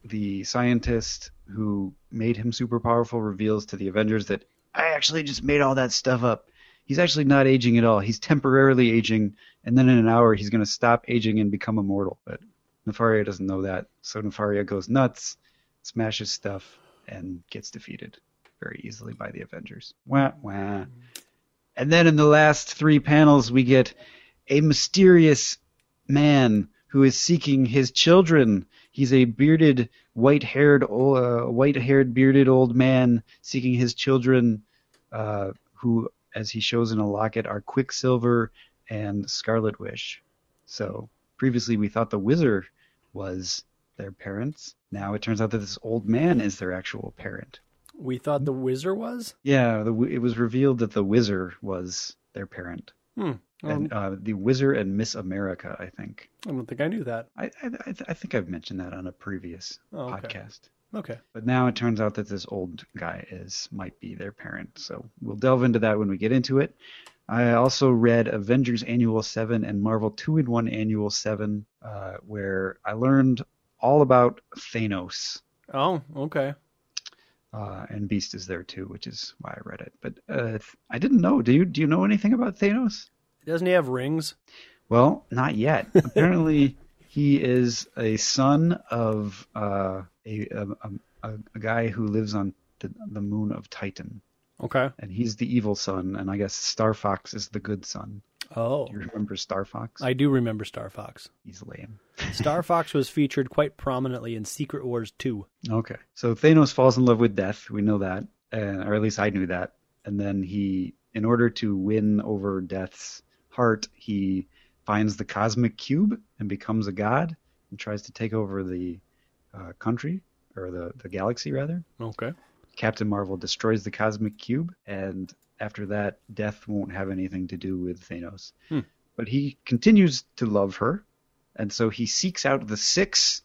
Speaker 1: the scientist who made him super powerful reveals to the Avengers that I actually just made all that stuff up. He's actually not aging at all. He's temporarily aging, and then in an hour he's going to stop aging and become immortal. But Nefaria doesn't know that, so Nefaria goes nuts, smashes stuff, and gets defeated very easily by the Avengers. Wah, wah. And then in the last three panels, we get a mysterious man who is seeking his children. He's a bearded, white-haired, o- uh, white-haired, bearded old man seeking his children, uh, who, as he shows in a locket, are Quicksilver and Scarlet Wish. So previously, we thought the Wizard was their parents. Now it turns out that this old man is their actual parent.
Speaker 2: We thought the Wizard was.
Speaker 1: Yeah, the, it was revealed that the Wizard was their parent.
Speaker 2: Hmm. Um,
Speaker 1: And uh, the Wizard and Miss America, I think.
Speaker 2: I don't think I knew that.
Speaker 1: I I, I, th- I think I've mentioned that on a previous
Speaker 2: Oh, okay.
Speaker 1: podcast.
Speaker 2: Okay.
Speaker 1: But now it turns out that this old guy is might be their parent. So we'll delve into that when we get into it. I also read Avengers Annual Seven and Marvel Two in One Annual Seven, uh, where I learned all about Thanos.
Speaker 2: Oh, okay.
Speaker 1: Uh, and Beast is there too, which is why I read it. But uh, th- I didn't know. Do you do you know anything about Thanos?
Speaker 2: Doesn't he have rings?
Speaker 1: Well, not yet. Apparently, he is a son of uh, a, a, a a guy who lives on the, the moon of Titan,
Speaker 2: Okay.
Speaker 1: and he's the evil son. And I guess Star Fox is the good son.
Speaker 2: Oh,
Speaker 1: Do you remember Star Fox?
Speaker 2: I do remember Star Fox.
Speaker 1: He's lame.
Speaker 2: Star Fox was featured quite prominently in Secret Wars 2.
Speaker 1: Okay. So Thanos falls in love with death. We know that, and, or at least I knew that. And then he, in order to win over death's heart, he finds the cosmic cube and becomes a god and tries to take over the uh, country or the, the galaxy rather.
Speaker 2: Okay.
Speaker 1: Captain Marvel destroys the cosmic cube, and after that, death won't have anything to do with Thanos.
Speaker 2: Hmm.
Speaker 1: But he continues to love her, and so he seeks out the six,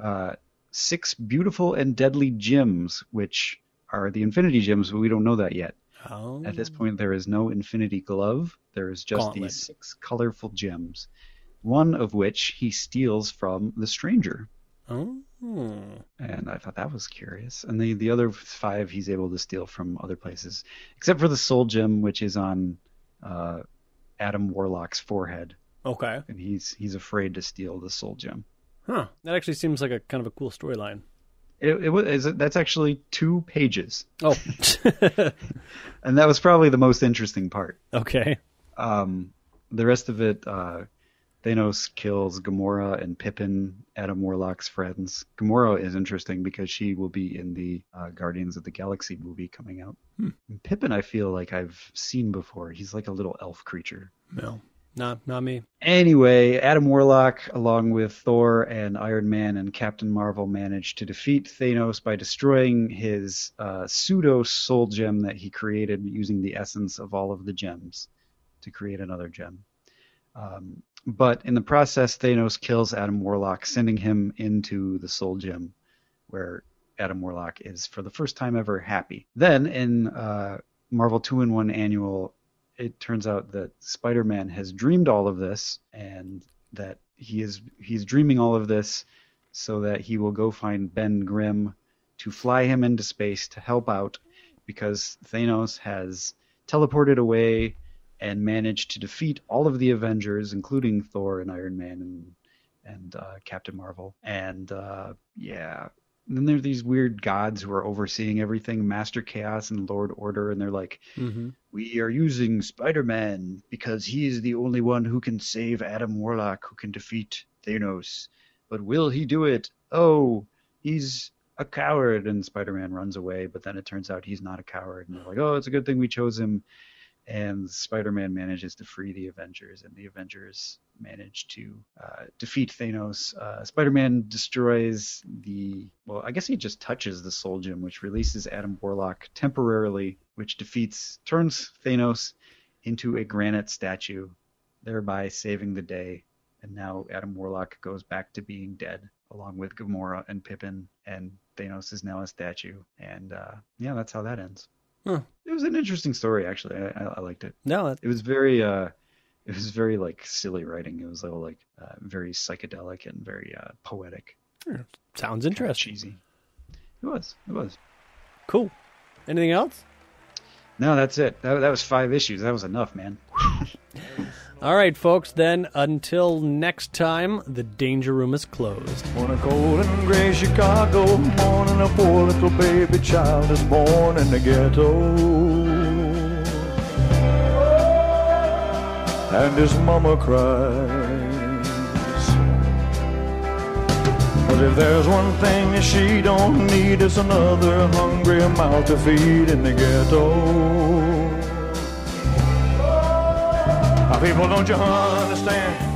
Speaker 1: uh, six beautiful and deadly gems, which are the Infinity Gems, but we don't know that yet.
Speaker 2: Oh.
Speaker 1: At this point, there is no Infinity Glove. There is just
Speaker 2: Gauntlet.
Speaker 1: these six colorful gems, one of which he steals from the Stranger.
Speaker 2: Oh.
Speaker 1: And I thought that was curious. And the, the other five he's able to steal from other places, except for the soul gem, which is on uh, Adam Warlock's forehead,
Speaker 2: Okay.
Speaker 1: and he's he's afraid to steal the soul gem.
Speaker 2: Huh. That actually seems like a kind of a cool storyline.
Speaker 1: It, it was is it, that's actually two pages,
Speaker 2: Oh.
Speaker 1: and that was probably the most interesting part.
Speaker 2: okay.
Speaker 1: Um, the rest of it, uh, Thanos kills Gamora and Pippin, Adam Warlock's friends. Gamora is interesting because she will be in the uh, Guardians of the Galaxy movie coming out. And Pippin, I feel like I've seen before. He's like a little elf creature.
Speaker 2: No. Not not me.
Speaker 1: Anyway, Adam Warlock, along with Thor and Iron Man and Captain Marvel, managed to defeat Thanos by destroying his uh, pseudo soul gem that he created using the essence of all of the gems to create another gem. Um, but in the process, Thanos kills Adam Warlock, sending him into the soul gem, where Adam Warlock is for the first time ever happy. Then in uh, Marvel 2 in 1 Annual it turns out that Spider-Man has dreamed all of this and that he is he's dreaming all of this so that he will go find Ben Grimm to fly him into space to help out because Thanos has teleported away and managed to defeat all of the Avengers including Thor and Iron Man and and uh, Captain Marvel and uh, yeah then there are these weird gods who are overseeing everything Master Chaos and Lord Order and they're like
Speaker 2: Mhm.
Speaker 1: we are using Spider-Man because he is the only one who can save Adam Warlock, who can defeat Thanos. But will he do it? Oh, he's a coward, and Spider-Man runs away. But then it turns out he's not a coward, and they're like, "Oh, it's a good thing we chose him." And Spider-Man manages to free the Avengers, and the Avengers manage to uh, defeat Thanos. Uh, Spider-Man destroys the well, I guess he just touches the Soul Gem, which releases Adam Warlock temporarily, which defeats turns Thanos into a granite statue, thereby saving the day. And now Adam Warlock goes back to being dead, along with Gamora and Pippin, and Thanos is now a statue. And uh, yeah, that's how that ends.
Speaker 2: Huh.
Speaker 1: It was an interesting story, actually. I, I, I liked it.
Speaker 2: No, that,
Speaker 1: It was very, uh, it was very like silly writing. It was all like uh, very psychedelic and very uh, poetic,
Speaker 2: sounds
Speaker 1: kinda
Speaker 2: interesting.
Speaker 1: cheesy. It was. It was.
Speaker 2: Cool. Anything else?
Speaker 1: No, that's it. That, that was five issues. That was enough, man.
Speaker 2: All right, folks, then until next time, the danger room is closed.
Speaker 5: On a cold and gray Chicago morning, a poor little baby child is born in the ghetto. And his mama cries. But Cause if there's one thing that she don't need, it's another hungry mouth to feed in the ghetto. Now, people, don't you understand?